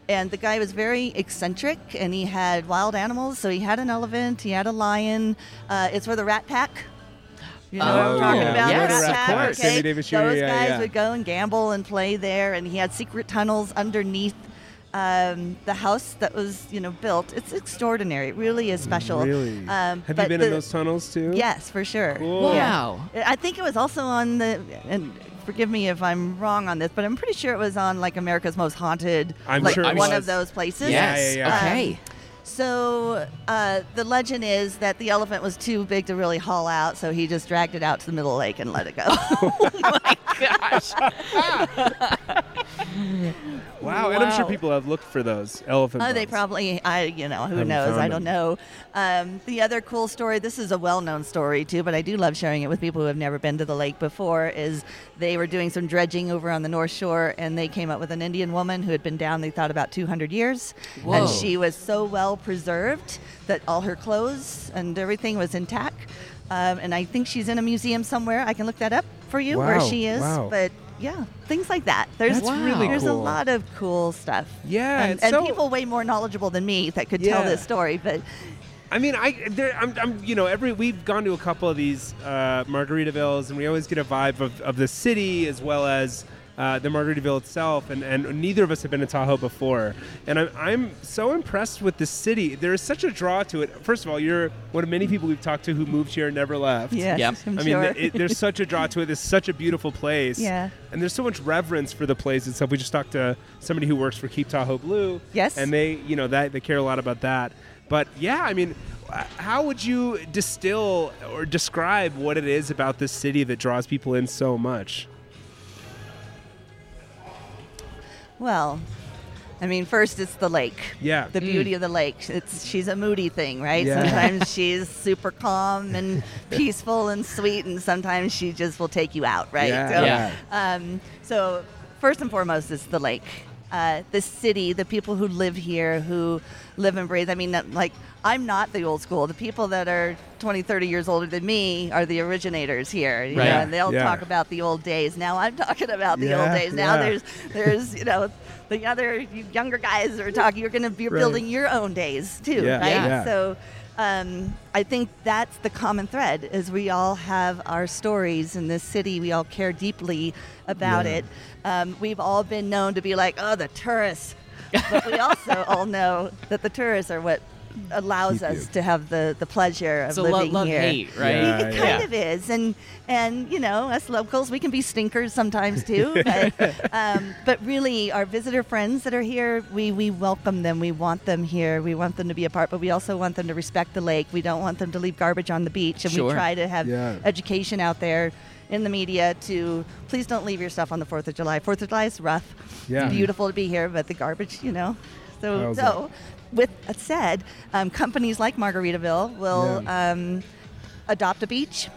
[SPEAKER 5] and the guy was very eccentric, and he had wild animals. So he had an elephant, he had a lion. Uh, it's for the Rat Pack. You know what
[SPEAKER 1] Oh,
[SPEAKER 5] I'm talking
[SPEAKER 1] yeah.
[SPEAKER 5] about?
[SPEAKER 1] Yes,
[SPEAKER 5] the Rat
[SPEAKER 1] of
[SPEAKER 5] Pack,
[SPEAKER 1] course.
[SPEAKER 5] Okay?
[SPEAKER 2] Sammy Davis Jr.,
[SPEAKER 5] Those
[SPEAKER 2] yeah,
[SPEAKER 5] guys
[SPEAKER 2] yeah.
[SPEAKER 5] would go and gamble and play there, and he had secret tunnels underneath. Um, the house that was, you know, built. It's extraordinary. It really is special.
[SPEAKER 2] Really?
[SPEAKER 5] Um,
[SPEAKER 2] Have you
[SPEAKER 5] but
[SPEAKER 2] been in
[SPEAKER 5] the-
[SPEAKER 2] those tunnels too?
[SPEAKER 5] Yes, for sure.
[SPEAKER 2] Cool.
[SPEAKER 1] Wow.
[SPEAKER 5] I think it was also on the and forgive me if I'm wrong on this, but I'm pretty sure it was on like America's Most Haunted,
[SPEAKER 2] I'm
[SPEAKER 5] like
[SPEAKER 2] sure it
[SPEAKER 5] one
[SPEAKER 2] was.
[SPEAKER 5] of those places. Um,
[SPEAKER 2] Yeah,
[SPEAKER 1] Yes.
[SPEAKER 2] yeah, yeah.
[SPEAKER 1] Okay.
[SPEAKER 5] So uh, the legend is that the elephant was too big to really haul out, so he just dragged it out to the middle of the lake and let it go.
[SPEAKER 2] Wow. And I'm sure
[SPEAKER 1] Wow.
[SPEAKER 2] people have looked for those elephant.
[SPEAKER 5] Oh, they
[SPEAKER 2] bones.
[SPEAKER 5] probably, I, you know, who
[SPEAKER 2] Haven't
[SPEAKER 5] knows?
[SPEAKER 2] found
[SPEAKER 5] I don't
[SPEAKER 2] them.
[SPEAKER 5] know. Um, the other cool story, this is a well known story too, but I do love sharing it with people who have never been to the lake before, is they were doing some dredging over on the North Shore and they came up with an Indian woman who had been down, they thought, about 200 years.
[SPEAKER 1] Whoa.
[SPEAKER 5] And she was so well preserved that all her clothes and everything was intact. Um, and I think she's in a museum somewhere. I can look that up for you where
[SPEAKER 2] Wow,
[SPEAKER 5] she is.
[SPEAKER 2] wow.
[SPEAKER 5] But yeah, things like that. There's
[SPEAKER 2] That's really
[SPEAKER 5] there's
[SPEAKER 2] cool.
[SPEAKER 5] a lot of cool stuff.
[SPEAKER 2] Yeah,
[SPEAKER 5] and,
[SPEAKER 2] it's
[SPEAKER 5] and
[SPEAKER 2] so-
[SPEAKER 5] people way more knowledgeable than me that could tell
[SPEAKER 2] Yeah.
[SPEAKER 5] this story. But
[SPEAKER 2] I mean, I there, I'm, I'm, you know, every we've gone to a couple of these uh, Margaritavilles, and we always get a vibe of, of the city as well as uh, the Margaritaville itself. And, and neither of us have been to Tahoe before, and I'm, I'm so impressed with the city. There is such a draw to it. First of all, you're one of many people we've talked to who moved here and never left.
[SPEAKER 5] yeah,
[SPEAKER 1] Yep.
[SPEAKER 5] I'm
[SPEAKER 2] I mean,
[SPEAKER 5] sure.
[SPEAKER 2] th- it, there's such a draw to it. It's such a beautiful place.
[SPEAKER 5] Yeah.
[SPEAKER 2] And there's so much reverence for the place itself. We just talked to somebody who works for Keep Tahoe Blue.
[SPEAKER 5] Yes.
[SPEAKER 2] And they, you know, that they care a lot about that. But yeah, I mean, uh, how would you distill or describe what it is about this city that draws people in so much?
[SPEAKER 5] well, I mean, first it's the lake.
[SPEAKER 2] Yeah.
[SPEAKER 5] the beauty of the lake. It's she's a moody thing, right?
[SPEAKER 2] Yeah.
[SPEAKER 5] Sometimes she's super calm and peaceful and sweet, and sometimes she just will take you out, right?
[SPEAKER 2] Yeah.
[SPEAKER 5] So,
[SPEAKER 1] Yeah.
[SPEAKER 5] Um, so first and foremost, it's the lake, uh, the city, the people who live here, who live and breathe. I mean, that- like I'm not the old school. The people that are 20, 30 years older than me are the originators here. You
[SPEAKER 1] Right.
[SPEAKER 5] know, and they'll
[SPEAKER 2] Yeah.
[SPEAKER 5] talk about the old days. Now I'm talking about the
[SPEAKER 2] Yeah,
[SPEAKER 5] old days. Now
[SPEAKER 2] yeah.
[SPEAKER 5] there's there's you know the other younger guys are talking. You're going to be
[SPEAKER 2] Right.
[SPEAKER 5] building your own days too,
[SPEAKER 2] Yeah,
[SPEAKER 5] right?
[SPEAKER 2] yeah.
[SPEAKER 5] So um, I think that's the common thread: is we all have our stories in this city. We all care deeply about it. Um, we've all been known to be like, "Oh, the tourists," but we also all know that the tourists are what allows
[SPEAKER 2] Keep
[SPEAKER 5] us
[SPEAKER 2] you.
[SPEAKER 5] to have the the pleasure of
[SPEAKER 1] It's a
[SPEAKER 5] living
[SPEAKER 1] lo- love
[SPEAKER 5] here.
[SPEAKER 1] hate, right?
[SPEAKER 2] Yeah,
[SPEAKER 5] It kind
[SPEAKER 2] yeah.
[SPEAKER 5] of is, and and you know, us locals, we can be stinkers sometimes too. But um, but really, our visitor friends that are here, we we welcome them. We want them here. We want them to be a part, but we also want them to respect the lake. We don't want them to leave garbage on the beach, and
[SPEAKER 1] Sure.
[SPEAKER 5] we try to have
[SPEAKER 2] Yeah.
[SPEAKER 5] education out there in the media to please don't leave your stuff on the Fourth of July. Fourth of July is rough.
[SPEAKER 2] Yeah.
[SPEAKER 5] It's beautiful to be here, but the garbage, you know. So
[SPEAKER 2] How's
[SPEAKER 5] so. With that said, um, companies like Margaritaville will
[SPEAKER 2] Yeah.
[SPEAKER 5] um, adopt a beach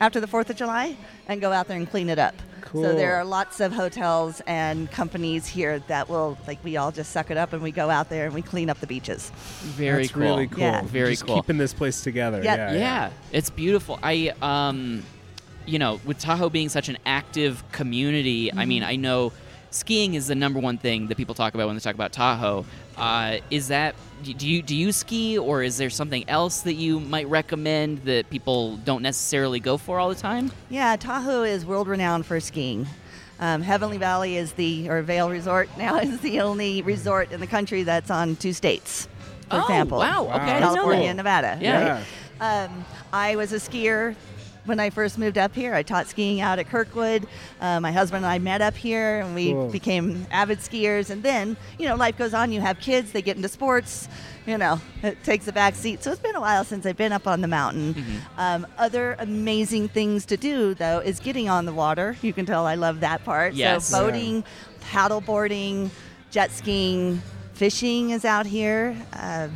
[SPEAKER 5] after the 4th of July and go out there and clean it up. So
[SPEAKER 2] Cool.
[SPEAKER 5] there are lots of hotels and companies here that will, like, we all just suck it up and we go out there and we clean up the beaches.
[SPEAKER 1] Very
[SPEAKER 2] That's
[SPEAKER 1] cool.
[SPEAKER 2] really cool.
[SPEAKER 5] Yeah.
[SPEAKER 1] Very
[SPEAKER 2] Just
[SPEAKER 1] cool.
[SPEAKER 2] Keeping this place together.
[SPEAKER 5] Yep.
[SPEAKER 2] Yeah.
[SPEAKER 1] yeah, it's beautiful i um you know with tahoe being such an active community i
[SPEAKER 2] Mm-hmm.
[SPEAKER 1] mean i know skiing is the number one thing that people talk about when they talk about tahoe uh, is that do you do you ski or is there something else that you might recommend that people don't necessarily go for all the time
[SPEAKER 5] Yeah, Tahoe is world renowned for skiing. Um, Heavenly Valley is the, or Vail Resort now is the only resort in the country that's on two states, for
[SPEAKER 1] Oh,
[SPEAKER 5] example.
[SPEAKER 1] wow, okay.
[SPEAKER 2] Wow.
[SPEAKER 5] California
[SPEAKER 2] Cool.
[SPEAKER 5] and Nevada.
[SPEAKER 1] Yeah.
[SPEAKER 5] right? Um, I was a skier when I first moved up here. I taught skiing out at Kirkwood. Uh, my husband and I met up here, and we
[SPEAKER 2] Cool.
[SPEAKER 5] became avid skiers. And then, you know, life goes on. You have kids; they get into sports. You know, it takes a back seat. So it's been a while since I've been up on the mountain. Um, other amazing things to do, though, is getting on the water. You can tell I love that part.
[SPEAKER 1] Yes.
[SPEAKER 5] So boating, paddle boarding, jet skiing, fishing is out here. Um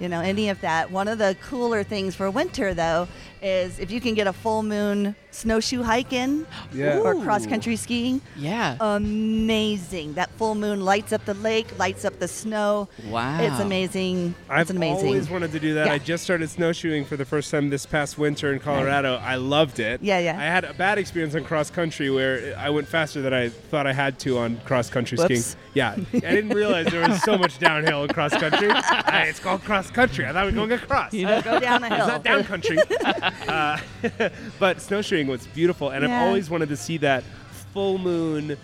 [SPEAKER 5] you know, any of that. One of the cooler things for winter, though, is if you can get a full moon snowshoe hike in
[SPEAKER 2] Yeah.
[SPEAKER 5] or
[SPEAKER 2] Ooh.
[SPEAKER 5] cross country skiing.
[SPEAKER 1] yeah
[SPEAKER 5] Uh, Amazing. That full moon lights up the lake, lights up the snow.
[SPEAKER 1] Wow.
[SPEAKER 5] It's amazing.
[SPEAKER 2] I've
[SPEAKER 5] it's amazing.
[SPEAKER 2] always wanted to do that.
[SPEAKER 5] Yeah.
[SPEAKER 2] I just started snowshoeing for the first time this past winter in Colorado. I loved it.
[SPEAKER 5] Yeah, yeah.
[SPEAKER 2] I had a bad experience on cross country where I went faster than I thought I had to on cross country skiing.
[SPEAKER 5] Whoops.
[SPEAKER 2] Yeah, I didn't realize there was so much downhill in cross country. I- it's called cross country. I thought we were going across.
[SPEAKER 5] Go down a hill.
[SPEAKER 2] It's not down country. uh, but snowshoeing was beautiful, and
[SPEAKER 5] Yeah.
[SPEAKER 2] I've always wanted to see that full moon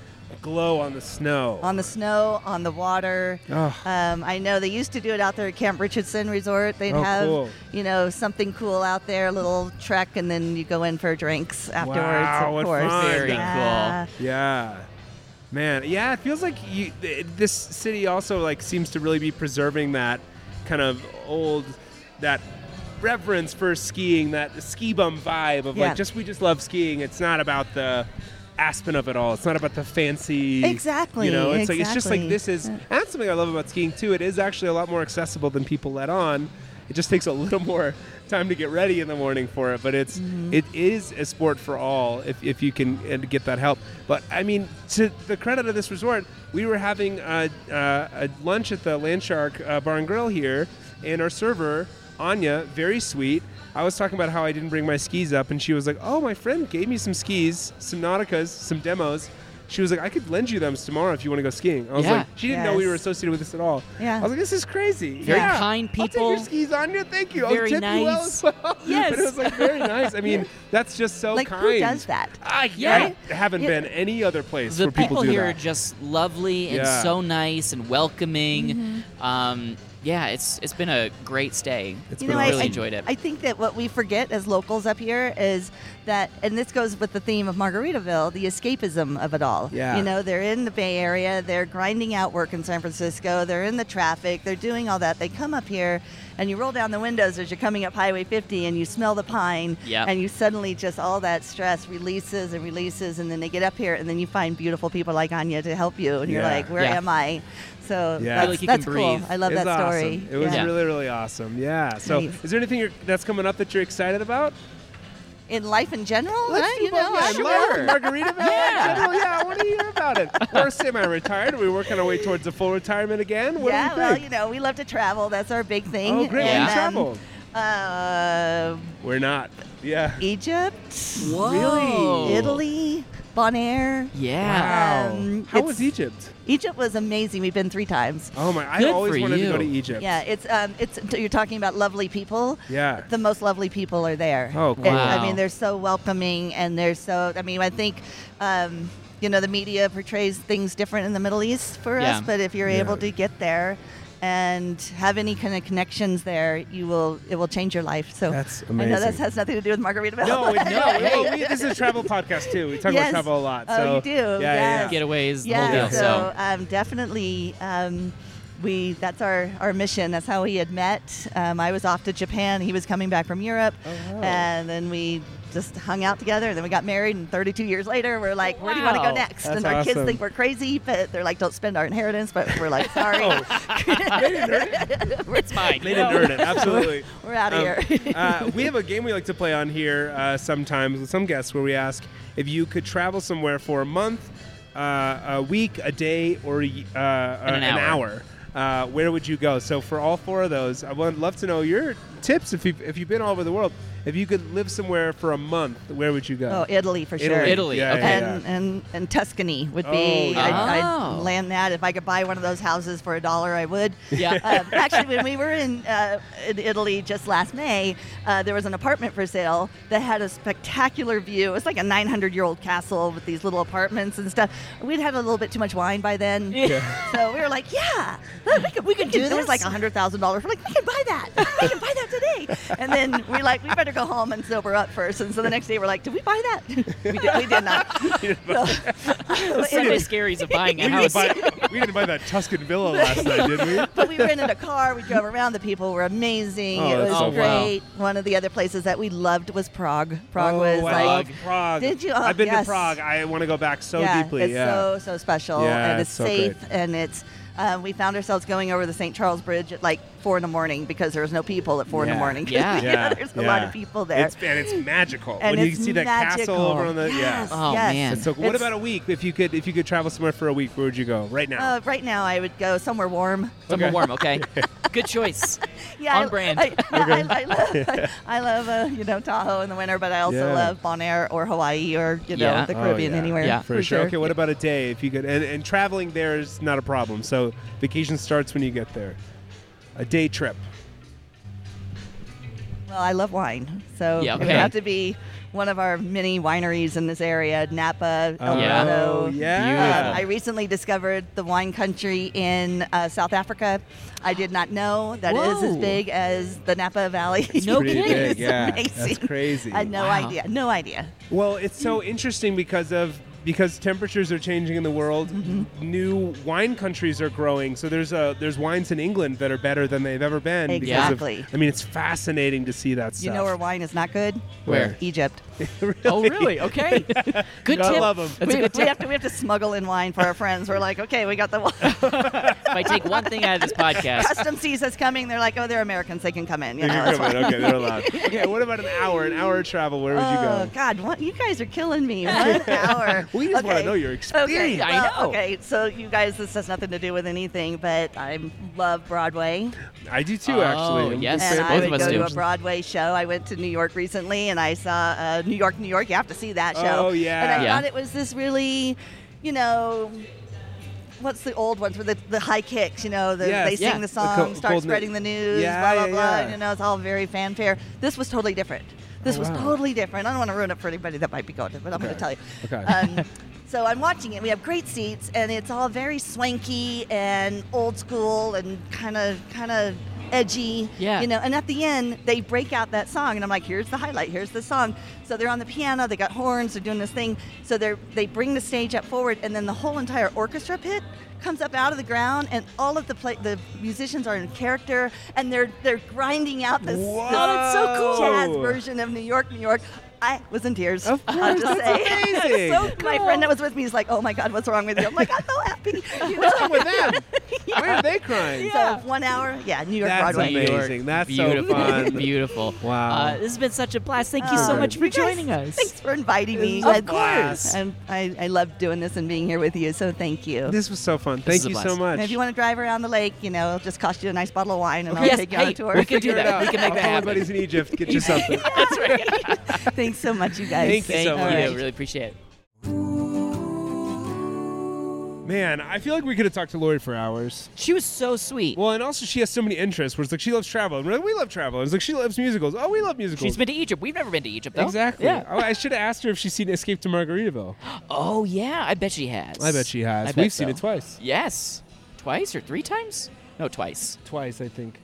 [SPEAKER 2] glow on the snow.
[SPEAKER 5] on the snow, on the water.
[SPEAKER 2] Ugh.
[SPEAKER 5] Um, I know they used to do it out there at Camp Richardson Resort. They'd
[SPEAKER 2] Oh,
[SPEAKER 5] have,
[SPEAKER 2] cool.
[SPEAKER 5] you know, something cool out there, a little trek, and then you go in for drinks afterwards.
[SPEAKER 2] Wow,
[SPEAKER 5] of
[SPEAKER 2] what
[SPEAKER 5] course.
[SPEAKER 2] fun. Very
[SPEAKER 1] cool.
[SPEAKER 5] Yeah.
[SPEAKER 2] Yeah. Man, yeah, it feels like you, th- this city also like seems to really be preserving that kind of old that reverence for skiing, that ski bum vibe of
[SPEAKER 5] Yeah.
[SPEAKER 2] like just we just love skiing. It's not about the aspen of it all. It's not about the fancy
[SPEAKER 5] Exactly,
[SPEAKER 2] You know, it's like it's just like
[SPEAKER 5] exactly.
[SPEAKER 2] this is and that's something I love about skiing too. It is actually a lot more accessible than people let on. It just takes a little more time to get ready in the morning for it, but it's it is a sport for all if, if you can uh, get that help. But I mean, to the credit of this resort, we were having a, uh, a lunch at the Landshark uh, Bar and Grill here, and our server Anya, very sweet, I was talking about how I didn't bring my skis up, and she was like, "Oh, my friend gave me some skis, some Nauticas, some demos." She was like, "I could lend you them tomorrow if you want to go skiing." I was
[SPEAKER 1] Yeah.
[SPEAKER 2] like, "She didn't know we
[SPEAKER 5] Yes.
[SPEAKER 2] were associated with this at all."
[SPEAKER 5] Yeah.
[SPEAKER 2] I was like, "This is crazy."
[SPEAKER 1] Very
[SPEAKER 2] Yeah.
[SPEAKER 1] kind
[SPEAKER 2] I'll take
[SPEAKER 1] people.
[SPEAKER 2] your skis on you. Thank you.
[SPEAKER 1] Very
[SPEAKER 2] I'll tip you well
[SPEAKER 1] nice.
[SPEAKER 2] as well. but
[SPEAKER 1] Yes.
[SPEAKER 2] it was like very nice. I mean, that's just so
[SPEAKER 5] like
[SPEAKER 2] kind.
[SPEAKER 5] who does that?
[SPEAKER 2] I,
[SPEAKER 1] Yeah.
[SPEAKER 2] I haven't
[SPEAKER 5] Yeah.
[SPEAKER 2] been any other place
[SPEAKER 1] the
[SPEAKER 2] where people,
[SPEAKER 1] people
[SPEAKER 2] do
[SPEAKER 1] here
[SPEAKER 2] that.
[SPEAKER 1] are just lovely and
[SPEAKER 2] Yeah.
[SPEAKER 1] so nice and welcoming.
[SPEAKER 5] Mm-hmm.
[SPEAKER 1] Um, yeah, it's it's been a great stay.
[SPEAKER 2] It's
[SPEAKER 5] You
[SPEAKER 2] been
[SPEAKER 5] know,
[SPEAKER 1] really
[SPEAKER 5] I, I-
[SPEAKER 1] enjoyed it.
[SPEAKER 5] I think that what we forget as locals up here is that, and this goes with the theme of Margaritaville, the escapism of it all.
[SPEAKER 2] Yeah.
[SPEAKER 5] You know, they're in the Bay Area, they're grinding out work in San Francisco, they're in the traffic, they're doing all that. They come up here, and you roll down the windows as you're coming up Highway 50, and you smell the pine,
[SPEAKER 1] Yep.
[SPEAKER 5] and you suddenly just all that stress releases and releases, and then they get up here, and then you find beautiful people like Anya to help you, and you're
[SPEAKER 2] Yeah.
[SPEAKER 5] like, where
[SPEAKER 1] Yeah.
[SPEAKER 5] am I? So
[SPEAKER 2] Yeah.
[SPEAKER 5] that's,
[SPEAKER 1] Like you can
[SPEAKER 5] that's cool.
[SPEAKER 1] breathe.
[SPEAKER 5] I love
[SPEAKER 2] It's
[SPEAKER 5] that story.
[SPEAKER 2] awesome. It was
[SPEAKER 1] Yeah.
[SPEAKER 2] really, really awesome. Yeah. So,
[SPEAKER 5] Nice.
[SPEAKER 2] is there anything you're, that's coming up that you're excited about?
[SPEAKER 5] in life in general,
[SPEAKER 2] Let's
[SPEAKER 5] huh?
[SPEAKER 2] do
[SPEAKER 5] you
[SPEAKER 2] both.
[SPEAKER 5] know, I
[SPEAKER 2] yeah,
[SPEAKER 5] don't
[SPEAKER 1] sure.
[SPEAKER 2] Mar- Margaritaville.
[SPEAKER 1] Yeah.
[SPEAKER 2] in general, yeah. I want to hear about it. We're semi-retired. We're working our way towards a full retirement again. What
[SPEAKER 5] yeah,
[SPEAKER 2] do you
[SPEAKER 5] well,
[SPEAKER 2] think?
[SPEAKER 5] you know, we love to travel. That's our big thing.
[SPEAKER 2] oh, great.
[SPEAKER 1] Yeah.
[SPEAKER 2] We
[SPEAKER 5] um,
[SPEAKER 2] travel.
[SPEAKER 5] uh,
[SPEAKER 2] We're not. Yeah.
[SPEAKER 5] Egypt,
[SPEAKER 1] Whoa.
[SPEAKER 5] Itaily, Bonaire.
[SPEAKER 1] Yeah.
[SPEAKER 2] Wow.
[SPEAKER 5] um,
[SPEAKER 2] How
[SPEAKER 5] it's-
[SPEAKER 2] was Egypt?
[SPEAKER 5] Egypt was amazing. We've been three times.
[SPEAKER 2] Oh my! I
[SPEAKER 1] Good
[SPEAKER 2] always
[SPEAKER 1] for
[SPEAKER 2] wanted to
[SPEAKER 1] you.
[SPEAKER 2] go to Egypt.
[SPEAKER 5] Yeah, it's um, it's you're talking about lovely people.
[SPEAKER 2] Yeah.
[SPEAKER 5] the most lovely people are there.
[SPEAKER 2] Oh,
[SPEAKER 5] And,
[SPEAKER 2] cool.
[SPEAKER 5] I
[SPEAKER 1] Wow.
[SPEAKER 5] mean, they're so welcoming, and they're so. I mean, I think. Um, you know, the media portrays things different in the Middle East for
[SPEAKER 1] Yeah.
[SPEAKER 5] us, but if you're
[SPEAKER 2] Yeah.
[SPEAKER 5] able to get there and have any kind of connections there, you will it will change your life. So
[SPEAKER 2] That's
[SPEAKER 5] I know this
[SPEAKER 2] amazing.
[SPEAKER 5] has nothing to do with Margaritaville.
[SPEAKER 2] No, it, no.
[SPEAKER 1] hey.
[SPEAKER 2] well, we, this is a travel podcast too. We talk about
[SPEAKER 5] Yes.
[SPEAKER 2] travel a lot.
[SPEAKER 5] Oh,
[SPEAKER 2] So
[SPEAKER 5] you do?
[SPEAKER 2] Yeah, yeah.
[SPEAKER 5] Yes.
[SPEAKER 2] yeah.
[SPEAKER 1] Getaways, the whole
[SPEAKER 5] yeah,
[SPEAKER 1] deal.
[SPEAKER 5] so,
[SPEAKER 1] So,
[SPEAKER 5] um, definitely um, we that's our, our mission that's how we had met um, i was off to japan he was coming back from europe
[SPEAKER 2] Oh, wow.
[SPEAKER 5] and then we just hung out together and then we got married and 32 years later we're like where do you want to
[SPEAKER 1] Wow.
[SPEAKER 5] go next
[SPEAKER 2] That's
[SPEAKER 5] and our kids
[SPEAKER 2] awesome.
[SPEAKER 5] think we're crazy but they're like don't spend our inheritance but we're like sorry
[SPEAKER 2] Oh.
[SPEAKER 1] it's mine.
[SPEAKER 2] They didn't
[SPEAKER 1] No.
[SPEAKER 2] earn it. Absolutely.
[SPEAKER 5] we're out of
[SPEAKER 2] Um,
[SPEAKER 5] here
[SPEAKER 2] uh, we have a game we like to play on here uh, sometimes with some guests where we ask if you could travel somewhere for a month, uh, a week, a day, or a y- uh, uh,
[SPEAKER 1] an hour.
[SPEAKER 2] hour, uh, where would you go? So for all four of those, I would love to know your tips if you've, if you've been all over the world. If you could live somewhere for a month, where would you go?
[SPEAKER 5] oh italy for sure
[SPEAKER 1] Italy,
[SPEAKER 2] Yeah,
[SPEAKER 1] okay.
[SPEAKER 2] yeah,
[SPEAKER 5] and, and and Tuscany would be.
[SPEAKER 2] Oh,
[SPEAKER 5] I'd,
[SPEAKER 1] yeah.
[SPEAKER 5] I'd land that if I could buy one of those houses for a dollar. I would.
[SPEAKER 1] Yeah.
[SPEAKER 5] Um, actually, when we were in uh, in Italy just last May, uh, there was an apartment for sale that had a spectacular view. It was like a 900 year old castle with these little apartments and stuff. We'd had a little bit too much wine by then, so we were like, "Yeah, look, we could, we could do this." It was like hundred thousand dollars. We're like, "We can buy that. We can buy that today." And then we're like, "We better go home and sober up first. And so the next day, we're like, "Did we buy that?" we did. We did not.
[SPEAKER 1] The Sunday scaries of buying a
[SPEAKER 2] We didn't,
[SPEAKER 1] house.
[SPEAKER 2] buy, we didn't buy that Tuscan villa last night, did we?
[SPEAKER 5] but we rented a car. We drove around. The people were amazing.
[SPEAKER 2] Oh,
[SPEAKER 5] it
[SPEAKER 2] that's
[SPEAKER 5] was
[SPEAKER 1] so cool.
[SPEAKER 5] great. One of the other places that we loved was Prague. Prague
[SPEAKER 2] oh,
[SPEAKER 5] was
[SPEAKER 2] I
[SPEAKER 5] like.
[SPEAKER 2] love Prague.
[SPEAKER 5] Did you? Oh,
[SPEAKER 2] I've been
[SPEAKER 5] yes.
[SPEAKER 2] to Prague. I want to go back so
[SPEAKER 5] yeah,
[SPEAKER 2] deeply.
[SPEAKER 5] it's
[SPEAKER 2] yeah.
[SPEAKER 5] so so special
[SPEAKER 2] Yeah,
[SPEAKER 5] and
[SPEAKER 2] it's
[SPEAKER 5] it's,
[SPEAKER 2] so
[SPEAKER 5] safe
[SPEAKER 2] great.
[SPEAKER 5] and it's. Um, we found ourselves going over the St. Charles Bridge at like four in the morning because there was no people at four in
[SPEAKER 2] Yeah.
[SPEAKER 5] the morning. 'Cause,
[SPEAKER 1] Yeah.
[SPEAKER 5] you know,
[SPEAKER 2] Yeah,
[SPEAKER 5] there's a lot
[SPEAKER 2] yeah.
[SPEAKER 5] of people there.
[SPEAKER 2] It's, and it's magical
[SPEAKER 5] and
[SPEAKER 2] when you
[SPEAKER 5] it's
[SPEAKER 2] can see that
[SPEAKER 5] magical.
[SPEAKER 2] castle over on the yeah.
[SPEAKER 5] yes,
[SPEAKER 1] Oh,
[SPEAKER 5] yes.
[SPEAKER 1] man.
[SPEAKER 2] So what
[SPEAKER 5] It's-
[SPEAKER 2] about a week? If you could, if you could travel somewhere for a week, where would you go right now?
[SPEAKER 5] Uh, right now, I would go somewhere warm.
[SPEAKER 1] Somewhere
[SPEAKER 2] Okay.
[SPEAKER 1] warm, okay? Good choice.
[SPEAKER 5] yeah,
[SPEAKER 1] On
[SPEAKER 5] I,
[SPEAKER 1] brand.
[SPEAKER 5] I, I, I love, I love uh, you know Tahoe in the winter, but I also
[SPEAKER 2] Yeah.
[SPEAKER 5] love Bonaire or Hawaii or you know
[SPEAKER 1] Yeah.
[SPEAKER 5] the
[SPEAKER 2] Oh,
[SPEAKER 5] Caribbean
[SPEAKER 2] yeah.
[SPEAKER 5] anywhere.
[SPEAKER 1] Yeah.
[SPEAKER 2] for, sure. Okay, what about a day? If you could, and, and traveling there is not a problem. So vacation starts when you get there. A day trip.
[SPEAKER 5] Well, I love wine, so
[SPEAKER 1] Yeah,
[SPEAKER 5] it
[SPEAKER 1] okay.
[SPEAKER 5] would have to be one of our many wineries in this area: Napa, El
[SPEAKER 2] Oh,
[SPEAKER 1] Yeah.
[SPEAKER 5] Dorado.
[SPEAKER 2] yeah.
[SPEAKER 5] Um, I recently discovered the wine country in uh, South Africa. I did not know that is as
[SPEAKER 1] Whoa.
[SPEAKER 5] big as the Napa Valley.
[SPEAKER 1] No
[SPEAKER 2] Pretty
[SPEAKER 1] kidding.
[SPEAKER 2] big,
[SPEAKER 5] It's
[SPEAKER 2] yeah. That's
[SPEAKER 5] amazing.
[SPEAKER 2] crazy.
[SPEAKER 5] I had no
[SPEAKER 1] Wow.
[SPEAKER 5] idea. No idea.
[SPEAKER 2] Well, it's so interesting because of because temperatures are changing in the world.
[SPEAKER 5] Mm-hmm.
[SPEAKER 2] New wine countries are growing, so there's a there's wines in England that are better than they've ever been. because of-
[SPEAKER 5] Exactly.
[SPEAKER 2] I mean, it's fascinating to see that stuff.
[SPEAKER 5] You know where wine is not good?
[SPEAKER 1] Where?
[SPEAKER 5] Egypt.
[SPEAKER 1] Oh, really? Okay. Good
[SPEAKER 2] Gotta
[SPEAKER 1] tip.
[SPEAKER 2] love 'em.
[SPEAKER 1] That's a
[SPEAKER 5] we,
[SPEAKER 1] good
[SPEAKER 5] we
[SPEAKER 1] tip.
[SPEAKER 5] have to we have to smuggle in wine for our friends. We're like, okay, we got the wine.
[SPEAKER 1] I take one thing out of this podcast,
[SPEAKER 5] Custom sees us coming. They're like, oh, they're Americans. They can come in. You
[SPEAKER 2] They
[SPEAKER 5] know,
[SPEAKER 2] can
[SPEAKER 5] that's
[SPEAKER 2] come in. Okay, they're allowed. Yeah, what about an hour? An hour of travel? Where would you
[SPEAKER 5] Oh
[SPEAKER 2] go?
[SPEAKER 5] God, what, you guys are killing me. One hour.
[SPEAKER 2] We just wanna know your
[SPEAKER 5] Okay,
[SPEAKER 1] experience. I
[SPEAKER 5] well,
[SPEAKER 1] know.
[SPEAKER 5] Okay, so you guys, this has nothing to do with anything, but I love Broadway,
[SPEAKER 2] I do too,
[SPEAKER 1] Oh,
[SPEAKER 2] actually. I'm a
[SPEAKER 1] yes.
[SPEAKER 2] big fan
[SPEAKER 5] and I
[SPEAKER 1] both
[SPEAKER 5] would
[SPEAKER 1] of us
[SPEAKER 5] go
[SPEAKER 1] do.
[SPEAKER 5] to a Broadway show. I went to New York recently, and I saw uh, New York, New York. You have to see that
[SPEAKER 2] Oh,
[SPEAKER 5] show.
[SPEAKER 2] yeah.
[SPEAKER 5] And I
[SPEAKER 1] Yeah.
[SPEAKER 5] thought it was this really, you know. What's the old ones with the, the high kicks? You know, the,
[SPEAKER 2] Yes.
[SPEAKER 5] they sing
[SPEAKER 1] Yeah.
[SPEAKER 5] the
[SPEAKER 1] The
[SPEAKER 5] song,
[SPEAKER 2] co-
[SPEAKER 5] start
[SPEAKER 2] cold na-
[SPEAKER 5] spreading the news,
[SPEAKER 2] Yeah,
[SPEAKER 5] blah blah
[SPEAKER 2] yeah,
[SPEAKER 5] blah.
[SPEAKER 2] yeah.
[SPEAKER 5] You know, it's all very fanfare. This was totally different. This
[SPEAKER 2] Oh,
[SPEAKER 5] was
[SPEAKER 2] wow.
[SPEAKER 5] totally different. I don't want to ruin it for anybody that might be going to, it, but I'm going
[SPEAKER 2] Okay.
[SPEAKER 5] to tell you.
[SPEAKER 2] Okay.
[SPEAKER 5] Um, so I'm watching it. We have great seats, and it's all very swanky and old school and kind of kind of edgy.
[SPEAKER 1] Yeah.
[SPEAKER 5] You know. And at the end, they break out that song, and I'm like, "Here's the highlight. Here's the song." So they're on the piano. They got horns. They're doing this thing. So they are they bring the stage up forward, and then the whole entire orchestra pit comes up out of the ground, and all of the play, the musicians are in character, and they're they're grinding out this, this
[SPEAKER 2] Whoa. Oh, that's so cool.
[SPEAKER 5] jazz version of New York, New York. I was in tears.
[SPEAKER 2] Of
[SPEAKER 5] I'll
[SPEAKER 2] course,
[SPEAKER 5] just
[SPEAKER 2] that's
[SPEAKER 5] say.
[SPEAKER 2] amazing.
[SPEAKER 5] So my friend that was with me is like, "Oh my God, what's wrong with you?" I'm like, "I'm so happy." You know?
[SPEAKER 2] What's wrong with them? Why are they crying?
[SPEAKER 5] So one hour, yeah, New York
[SPEAKER 2] That's
[SPEAKER 5] Broadway.
[SPEAKER 1] New York.
[SPEAKER 2] Amazing. That's so
[SPEAKER 1] beautiful,
[SPEAKER 2] fun.
[SPEAKER 1] Beautiful.
[SPEAKER 2] Wow.
[SPEAKER 1] Uh, this has been such a blast. Thank you so
[SPEAKER 5] Oh,
[SPEAKER 1] much for
[SPEAKER 5] you guys-
[SPEAKER 1] joining us.
[SPEAKER 5] Thanks for inviting me.
[SPEAKER 1] Of
[SPEAKER 5] I-
[SPEAKER 1] course.
[SPEAKER 5] and I, I love doing this and being here with you. So thank you.
[SPEAKER 2] This was so fun.
[SPEAKER 1] is
[SPEAKER 2] Thank
[SPEAKER 1] a
[SPEAKER 2] you so
[SPEAKER 1] blast.
[SPEAKER 2] much.
[SPEAKER 5] and if you want to drive around the lake, you know, it'll just cost you a nice bottle of wine, and
[SPEAKER 1] Okay.
[SPEAKER 5] I'll
[SPEAKER 1] Yes,
[SPEAKER 5] take you on
[SPEAKER 1] hey,
[SPEAKER 5] a tour.
[SPEAKER 1] we can do
[SPEAKER 2] Figure it
[SPEAKER 1] that.
[SPEAKER 2] out.
[SPEAKER 1] We can make
[SPEAKER 2] I'll
[SPEAKER 1] that
[SPEAKER 2] call my
[SPEAKER 1] happen.
[SPEAKER 2] buddies in Egypt. Get you something.
[SPEAKER 1] That's right.
[SPEAKER 5] Thanks so much, you guys.
[SPEAKER 2] Thank you so
[SPEAKER 1] Thank
[SPEAKER 2] much.
[SPEAKER 1] you. Really appreciate it.
[SPEAKER 2] Man, I feel like we could have talked to Lori for hours.
[SPEAKER 1] She was so sweet.
[SPEAKER 2] Well, and also she has so many interests. Where it's like she loves travel, and we're like, we love travel. And it's like she loves musicals. Oh, we love musicals.
[SPEAKER 1] She's been to Egypt. We've never been to Egypt, though.
[SPEAKER 2] exactly.
[SPEAKER 1] Yeah.
[SPEAKER 2] Oh, I should have asked her if she's seen Escape to Margaritaville.
[SPEAKER 1] Oh, yeah. I bet she has.
[SPEAKER 2] I bet she has.
[SPEAKER 1] I bet
[SPEAKER 2] We've seen
[SPEAKER 1] so.
[SPEAKER 2] it twice.
[SPEAKER 1] Yes. Twice or three times? No, twice.
[SPEAKER 2] Twice, I think.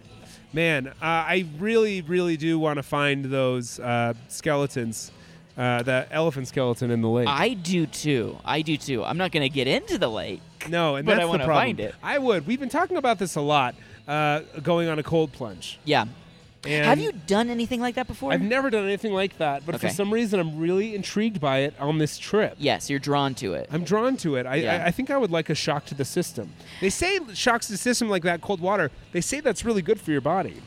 [SPEAKER 2] Man, uh, I really, really do want to find those uh, skeletons, uh, the elephant skeleton in the lake.
[SPEAKER 1] I do too. I do too. I'm not going to get into the lake.
[SPEAKER 2] no, and
[SPEAKER 1] but
[SPEAKER 2] that's
[SPEAKER 1] I
[SPEAKER 2] the
[SPEAKER 1] wanna
[SPEAKER 2] problem.
[SPEAKER 1] find it.
[SPEAKER 2] I would. We've been talking about this a lot. Uh, going on a cold plunge.
[SPEAKER 1] Yeah.
[SPEAKER 2] And
[SPEAKER 1] Have you done anything like that before?
[SPEAKER 2] I've never done anything like that, but for
[SPEAKER 1] Okay.
[SPEAKER 2] some reason, I'm really intrigued by it on this trip.
[SPEAKER 1] Yes, you're drawn to it.
[SPEAKER 2] I'm drawn to it. I,
[SPEAKER 1] Yeah.
[SPEAKER 2] I, I think I would like a shock to the system. They say shocks to the system like that, cold water. They say that's really good for your body.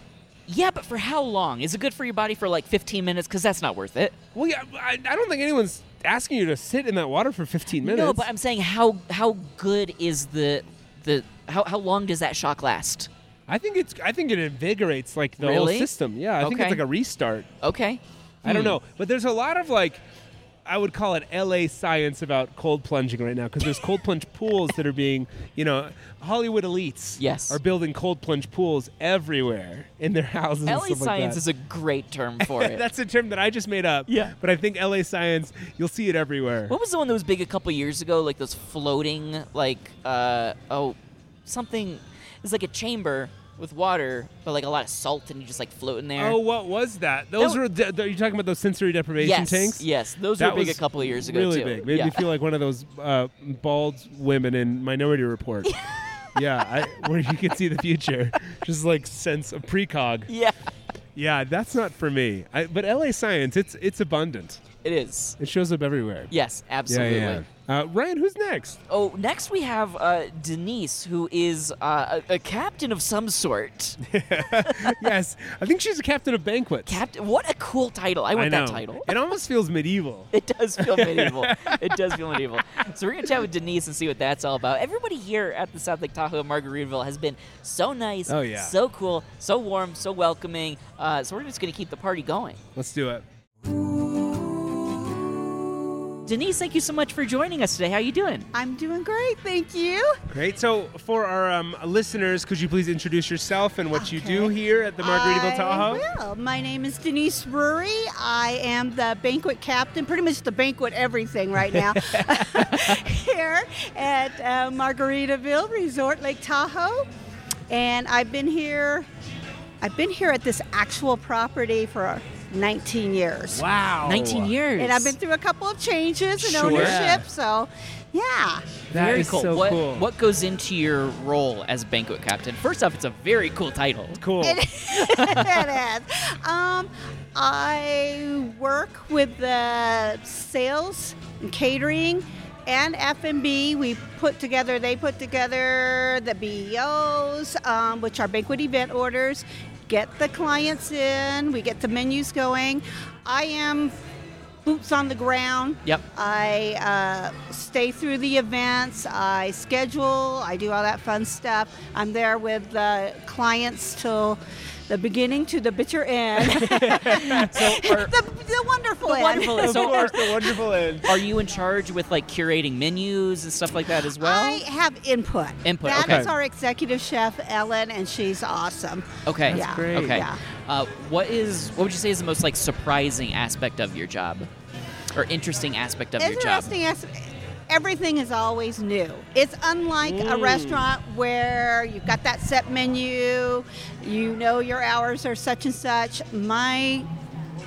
[SPEAKER 1] Yeah, but for how long? Is it good for your body for like 15 minutes? Because that's not worth it.
[SPEAKER 2] Well, yeah, I, I don't think anyone's asking you to sit in that water for 15 minutes.
[SPEAKER 1] No, but I'm saying how how good is the the how how long does that shock last?
[SPEAKER 2] I think it's. I think it invigorates like the
[SPEAKER 1] Really?
[SPEAKER 2] whole system. Yeah, I think it's
[SPEAKER 1] Okay. Hmm.
[SPEAKER 2] like a restart.
[SPEAKER 1] Okay.
[SPEAKER 2] I don't know, but there's a lot of like. I would call it LA science about cold plunging right now because there's cold plunge pools that are being, you know, Hollywood elites
[SPEAKER 1] Yes.
[SPEAKER 2] are building cold plunge pools everywhere in their houses. and
[SPEAKER 1] LA
[SPEAKER 2] stuff like
[SPEAKER 1] science
[SPEAKER 2] that.
[SPEAKER 1] is a great term for it.
[SPEAKER 2] That's a term that I just made up.
[SPEAKER 1] Yeah.
[SPEAKER 2] But I think LA science, you'll see it everywhere.
[SPEAKER 1] what was the one that was big a couple years ago? Like those floating, like uh oh, something. It's like a chamber with water, but like a lot of salt, and you just like float in there.
[SPEAKER 2] Oh, what was that? Those
[SPEAKER 1] That
[SPEAKER 2] were de- the- you're talking about those sensory deprivation
[SPEAKER 1] yes,
[SPEAKER 2] tanks.
[SPEAKER 1] yes, those
[SPEAKER 2] That
[SPEAKER 1] were big a
[SPEAKER 2] was
[SPEAKER 1] couple years ago
[SPEAKER 2] really
[SPEAKER 1] too.
[SPEAKER 2] big. Made
[SPEAKER 1] yeah.
[SPEAKER 2] me feel like one of those uh, bald women in Minority Report. yeah, I, where you could see the future, just like sense of precog.
[SPEAKER 1] yeah,
[SPEAKER 2] Yeah, that's not for me. I, but LA science, it's it's abundant.
[SPEAKER 1] it is.
[SPEAKER 2] It shows up everywhere.
[SPEAKER 1] Yes,
[SPEAKER 2] yeah,
[SPEAKER 1] absolutely.
[SPEAKER 2] yeah. Uh, Ryan, who's next?
[SPEAKER 1] Oh, next we have uh, Denise, who is uh, a, a captain of some sort.
[SPEAKER 2] yes, I think she's a captain of banquets.
[SPEAKER 1] Captain, what a cool title! I want
[SPEAKER 2] I know.
[SPEAKER 1] that title.
[SPEAKER 2] It almost feels medieval.
[SPEAKER 1] It does feel medieval. it does feel medieval. So we're gonna chat with Denise and see what that's all about. Everybody here at the South Lake Tahoe and Margaritaville has been so nice,
[SPEAKER 2] Oh, yeah.
[SPEAKER 1] so cool, so warm, so welcoming. Uh, so we're just gonna keep the party going.
[SPEAKER 2] Let's do it.
[SPEAKER 1] Denise, thank you so much for joining us today. How you doing?
[SPEAKER 5] I'm doing great, thank you.
[SPEAKER 2] Great. So, for our um, listeners, could you please introduce yourself and what you do here at the Margaritaville Tahoe?
[SPEAKER 6] I will. My name is Denise Rury. I am the banquet captain, pretty much the banquet everything right now, here at uh, Margaritaville Resort Lake Tahoe. And I've been here, I've been here at this actual property for 19 years.
[SPEAKER 2] Oh, Wow.
[SPEAKER 1] 19 years.
[SPEAKER 6] And I've been through a couple of changes in
[SPEAKER 2] Sure.
[SPEAKER 6] ownership, so yeah.
[SPEAKER 2] That
[SPEAKER 1] very
[SPEAKER 2] is
[SPEAKER 1] cool.
[SPEAKER 2] so
[SPEAKER 1] what,
[SPEAKER 2] cool.
[SPEAKER 1] what goes into your role as banquet captain? First off, it's a very cool title.
[SPEAKER 2] Cool.
[SPEAKER 6] it is. Um, I work with the sales and catering
[SPEAKER 5] and F&B. We put together, they put together the BEOs, um, which are banquet event orders, get the clients in, we get the menus going. I am boots on the ground.
[SPEAKER 1] Yep.
[SPEAKER 5] I uh, stay through the events, I schedule, I do all that fun stuff. I'm there with the clients till the beginning to the bitter end.
[SPEAKER 1] So are,
[SPEAKER 5] the, the wonderful end.
[SPEAKER 1] wonderful. So are,
[SPEAKER 2] the wonderful end.
[SPEAKER 1] are you in charge with like curating menus and stuff like that as well?
[SPEAKER 5] I have input.
[SPEAKER 1] Input,
[SPEAKER 5] That
[SPEAKER 1] okay.
[SPEAKER 5] is our executive chef, Ellen, and she's awesome.
[SPEAKER 1] okay.
[SPEAKER 5] That's Yeah. great.
[SPEAKER 1] Okay.
[SPEAKER 5] Yeah.
[SPEAKER 1] Uh, what is what would you say is the most like surprising aspect of your job, or interesting aspect of your job?
[SPEAKER 5] Interesting. As, everything is always new. It's unlike
[SPEAKER 1] Hmm.
[SPEAKER 5] a restaurant where you've got that set menu, you know your hours are such and such. My,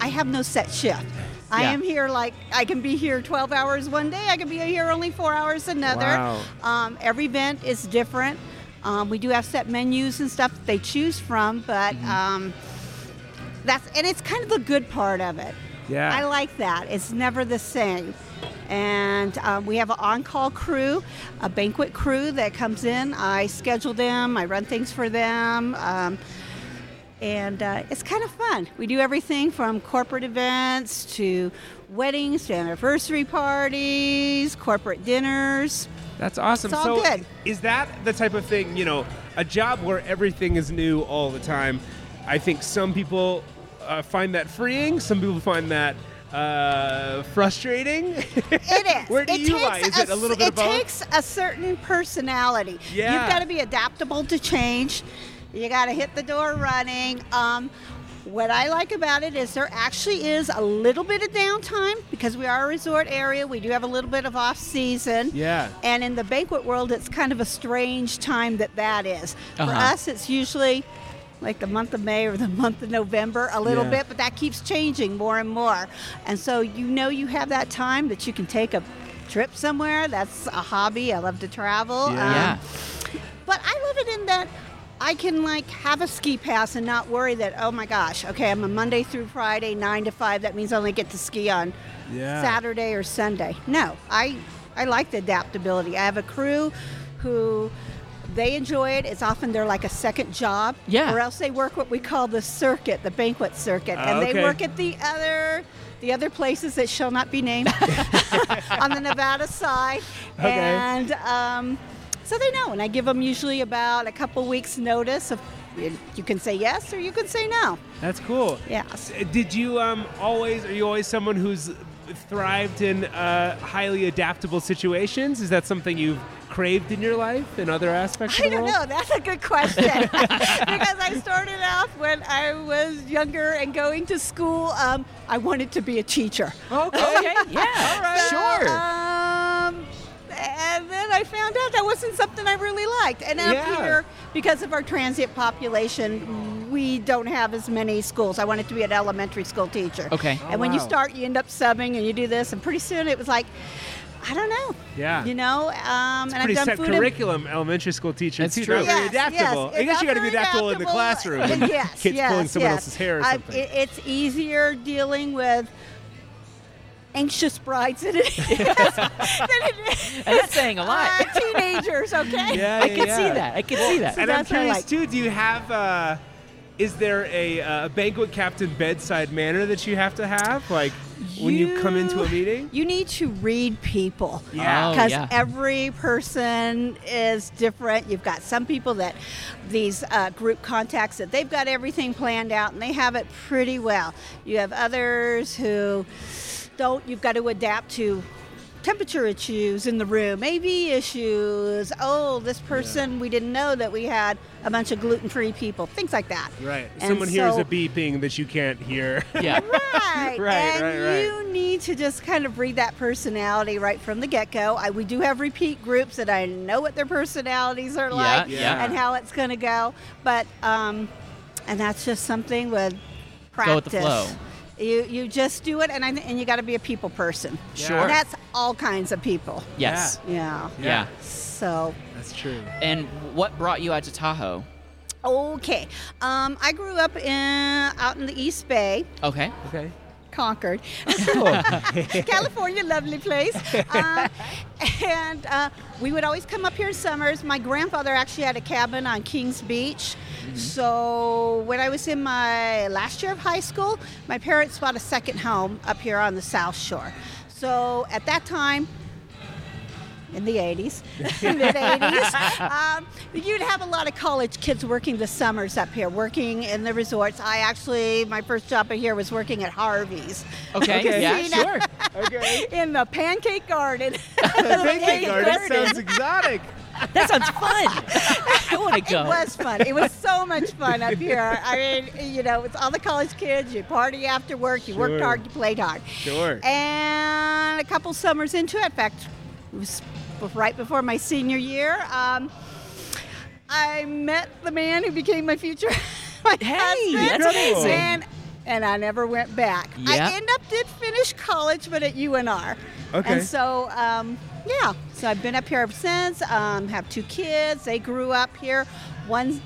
[SPEAKER 5] I have no set shift. I
[SPEAKER 1] Yeah.
[SPEAKER 5] am here like I can be here 12 hours one day. I can be here only four hours another.
[SPEAKER 2] Wow.
[SPEAKER 5] Um, every event is different. Um, we do have set menus and stuff that they choose from, but
[SPEAKER 1] Mm-hmm.
[SPEAKER 5] um, that's and it's kind of the good part of it.
[SPEAKER 2] Yeah.
[SPEAKER 5] I like that. It's never the same. And um, we have an on-call crew, a banquet crew that comes in. I schedule them. I run things for them. Um, and uh, it's kind of fun. We do everything from corporate events to weddings to anniversary parties, corporate dinners.
[SPEAKER 2] That's awesome.
[SPEAKER 5] It's
[SPEAKER 2] so
[SPEAKER 5] all good.
[SPEAKER 2] is that the type of thing, you know, a job where everything is new all the time? I think some people uh, find that freeing, some people find that uh, frustrating.
[SPEAKER 5] It is.
[SPEAKER 2] Where do
[SPEAKER 5] it
[SPEAKER 2] you
[SPEAKER 5] takes
[SPEAKER 2] lie? Is it a little bit
[SPEAKER 5] it
[SPEAKER 2] of both?
[SPEAKER 5] takes a certain personality.
[SPEAKER 2] Yeah.
[SPEAKER 5] You've got to be adaptable to change. You got to hit the door running. Um, what I like about it is there actually is a little bit of downtime because we are a resort area. We do have a little bit of off season.
[SPEAKER 2] Yeah.
[SPEAKER 5] And in the banquet world, it's kind of a strange time that that is. For
[SPEAKER 1] Uh-huh.
[SPEAKER 5] us, it's usually like the month of May or the month of November, a little
[SPEAKER 2] Yeah.
[SPEAKER 5] bit, but that keeps changing more and more. And so you know you have that time that you can take a trip somewhere. That's a hobby. I love to travel.
[SPEAKER 2] Yeah.
[SPEAKER 1] yeah.
[SPEAKER 5] But I love it in that I can like have a ski pass and not worry that oh my gosh, okay, I'm a Monday through Friday nine to five. That means I only get to ski on
[SPEAKER 2] Yeah.
[SPEAKER 5] Saturday or Sunday. No, I I like the adaptability. I have a crew who they enjoy it. It's often they're like a second job,
[SPEAKER 1] Yeah.
[SPEAKER 5] or else they work what we call the circuit, the banquet circuit,
[SPEAKER 2] Ah,
[SPEAKER 5] and
[SPEAKER 2] okay.
[SPEAKER 5] they work at the other. The other places that shall not be named on the Nevada side,
[SPEAKER 2] Okay.
[SPEAKER 5] and um, so they know. And I give them usually about a couple weeks' notice. Of you you can say yes or you can say no.
[SPEAKER 2] That's cool.
[SPEAKER 5] Yeah.
[SPEAKER 2] S- Did you um, always, are you always someone who's thrived in uh, highly adaptable situations? Is that something you've craved in your life and other aspects
[SPEAKER 5] I
[SPEAKER 2] of the
[SPEAKER 5] don't
[SPEAKER 2] world?
[SPEAKER 5] know. That's a good question. because I started off when I was younger and going to school. Um, I wanted to be a teacher.
[SPEAKER 2] Okay.
[SPEAKER 1] yeah.
[SPEAKER 2] All right.
[SPEAKER 1] Sure.
[SPEAKER 5] Um, and then I found out that wasn't something I really liked. And out
[SPEAKER 2] Yeah.
[SPEAKER 5] here, because of our transient population, we don't have as many schools. I wanted to be an elementary school teacher.
[SPEAKER 1] Okay.
[SPEAKER 5] and when you
[SPEAKER 2] Oh, wow.
[SPEAKER 5] start, you end up subbing and you do this. And pretty soon it was like, I don't know.
[SPEAKER 2] Yeah.
[SPEAKER 5] You know, um, and
[SPEAKER 2] Pretty
[SPEAKER 5] I've done
[SPEAKER 2] set
[SPEAKER 5] food and
[SPEAKER 2] curriculum, elementary school teacher.
[SPEAKER 1] That's
[SPEAKER 2] too,
[SPEAKER 1] true.
[SPEAKER 2] not very
[SPEAKER 5] Yes,
[SPEAKER 2] adaptable.
[SPEAKER 5] yes,
[SPEAKER 2] I guess you got to be
[SPEAKER 5] very
[SPEAKER 2] adaptable, in the classroom.
[SPEAKER 5] adaptable.
[SPEAKER 2] and
[SPEAKER 5] yes,
[SPEAKER 2] kids
[SPEAKER 5] yes,
[SPEAKER 2] pulling someone
[SPEAKER 5] yes.
[SPEAKER 2] else's hair or
[SPEAKER 5] Uh,
[SPEAKER 2] something.
[SPEAKER 5] it- it's easier dealing with anxious brides than it is. than it is
[SPEAKER 1] And that's saying a lot.
[SPEAKER 5] uh, teenagers, okay?
[SPEAKER 2] Yeah,
[SPEAKER 1] I
[SPEAKER 2] yeah,
[SPEAKER 1] can see
[SPEAKER 2] yeah.
[SPEAKER 1] that. I can see that.
[SPEAKER 2] and I'm
[SPEAKER 5] that's what I
[SPEAKER 2] curious
[SPEAKER 5] like.
[SPEAKER 2] too. Do you have? Uh, is there a uh, banquet captain bedside manner that you have to have, like when you come into a meeting?
[SPEAKER 5] You need to read people.
[SPEAKER 2] Yeah.
[SPEAKER 1] Oh,
[SPEAKER 5] Because
[SPEAKER 1] yeah.
[SPEAKER 5] every person is different. You've got some people that these uh, group contacts that they've got everything planned out and they have it pretty well. You have others who don't. You've got to adapt to temperature issues in the room, AV issues. Oh, this person we didn't know that we had a bunch of gluten-free people. Things like that.
[SPEAKER 2] Right.
[SPEAKER 5] And
[SPEAKER 2] Someone hears
[SPEAKER 5] so-
[SPEAKER 2] a beeping that you can't hear.
[SPEAKER 1] yeah.
[SPEAKER 5] right,
[SPEAKER 2] Right,
[SPEAKER 5] and
[SPEAKER 2] right, right.
[SPEAKER 5] you need to just kind of read that personality right from the get-go I, we do have repeat groups that i know what their personalities are
[SPEAKER 1] Yeah.
[SPEAKER 5] like
[SPEAKER 2] yeah.
[SPEAKER 5] and how it's going to go but um, and that's just something with practice
[SPEAKER 1] Go with the flow.
[SPEAKER 5] you you just do it and I, and you got to be a people person
[SPEAKER 1] Sure.
[SPEAKER 5] and that's all kinds of people
[SPEAKER 1] Yes.
[SPEAKER 5] yeah
[SPEAKER 1] Yeah.
[SPEAKER 5] so
[SPEAKER 2] That's true.
[SPEAKER 1] And what brought you out to Tahoe?
[SPEAKER 5] okay um, i grew up in out in the east bay
[SPEAKER 1] Okay.
[SPEAKER 2] Okay.
[SPEAKER 5] Concord.
[SPEAKER 2] Cool.
[SPEAKER 5] California, lovely place. Um, and uh, we would always come up here in summers. My grandfather actually had a cabin on Kings Beach.
[SPEAKER 1] Mm-hmm.
[SPEAKER 5] So when I was in my last year of high school, my parents bought a second home up here on the South Shore. So at that time, in the 80s, mid 80s. Um, you'd have a lot of college kids working the summers up here, working in the resorts. I actually, my first job up here was working at Harvey's
[SPEAKER 1] Okay.
[SPEAKER 2] Okay.
[SPEAKER 1] Yeah.
[SPEAKER 5] See, now-
[SPEAKER 1] Sure.
[SPEAKER 2] okay.
[SPEAKER 5] in the pancake garden.
[SPEAKER 2] Pancake
[SPEAKER 5] Pancake
[SPEAKER 2] garden
[SPEAKER 5] garden.
[SPEAKER 2] sounds exotic.
[SPEAKER 1] That sounds fun. I want to go.
[SPEAKER 5] It was fun. It was so much fun up here. I mean, you know, with all the college kids, you party after work, you
[SPEAKER 2] Sure.
[SPEAKER 5] worked hard, you played hard.
[SPEAKER 2] Sure.
[SPEAKER 5] And a couple summers into it, in fact, it was bef- right before my senior year, um, I met the man who became my future my
[SPEAKER 1] Hey,
[SPEAKER 5] husband.
[SPEAKER 1] that's amazing.
[SPEAKER 5] And, and I never went back.
[SPEAKER 1] Yeah.
[SPEAKER 5] I end up did finish college, but at UNR.
[SPEAKER 2] Okay.
[SPEAKER 5] And so, um, yeah. So I've been up here ever since. Um, have two kids. They grew up here. One's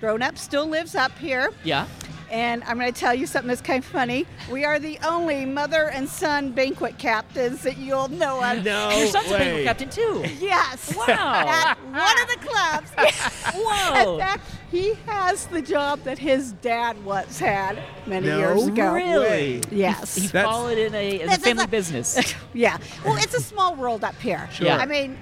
[SPEAKER 5] grown up, still lives up here.
[SPEAKER 1] Yeah.
[SPEAKER 5] And I'm going to tell you something that's kind of funny. We are the only mother and son banquet captains that you'll know of.
[SPEAKER 2] No
[SPEAKER 1] Your son's a
[SPEAKER 2] way.
[SPEAKER 1] banquet captain too.
[SPEAKER 5] Yes.
[SPEAKER 1] Wow.
[SPEAKER 5] At one of the clubs. In
[SPEAKER 1] Whoa.
[SPEAKER 5] fact, he has the job that his dad once had many
[SPEAKER 2] No
[SPEAKER 5] years ago.
[SPEAKER 1] Really?
[SPEAKER 2] way.
[SPEAKER 5] Yes.
[SPEAKER 1] He
[SPEAKER 2] That's-
[SPEAKER 1] followed in a, as a
[SPEAKER 5] This is
[SPEAKER 1] family
[SPEAKER 5] a-
[SPEAKER 1] business.
[SPEAKER 5] Yeah. Well, it's a small world up here.
[SPEAKER 2] Sure.
[SPEAKER 1] Yeah.
[SPEAKER 5] I mean,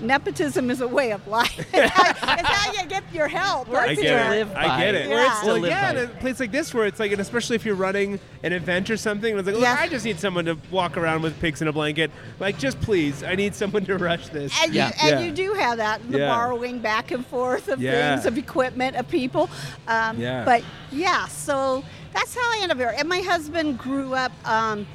[SPEAKER 5] nepotism is a way of life. it's how you get your help.
[SPEAKER 1] Where
[SPEAKER 5] up
[SPEAKER 2] I
[SPEAKER 1] it's
[SPEAKER 2] get
[SPEAKER 5] here.
[SPEAKER 1] to live
[SPEAKER 2] it. I
[SPEAKER 1] by.
[SPEAKER 2] get it.
[SPEAKER 5] Where it's to
[SPEAKER 2] well,
[SPEAKER 1] live
[SPEAKER 2] yeah,
[SPEAKER 1] by.
[SPEAKER 2] in a place like this where it's like, and especially if you're running an event or something, and it's like, look,
[SPEAKER 5] Yes.
[SPEAKER 2] I just need someone to walk around with pigs in a blanket. Like, just please, I need someone to rush this.
[SPEAKER 5] And,
[SPEAKER 1] Yeah.
[SPEAKER 5] you, and
[SPEAKER 2] Yeah.
[SPEAKER 5] you do have that the
[SPEAKER 2] Yeah.
[SPEAKER 5] borrowing back and forth of
[SPEAKER 2] Yeah.
[SPEAKER 5] things, of equipment, of people. Um,
[SPEAKER 2] Yeah.
[SPEAKER 5] But yeah, so that's how I ended up here. And my husband grew up um,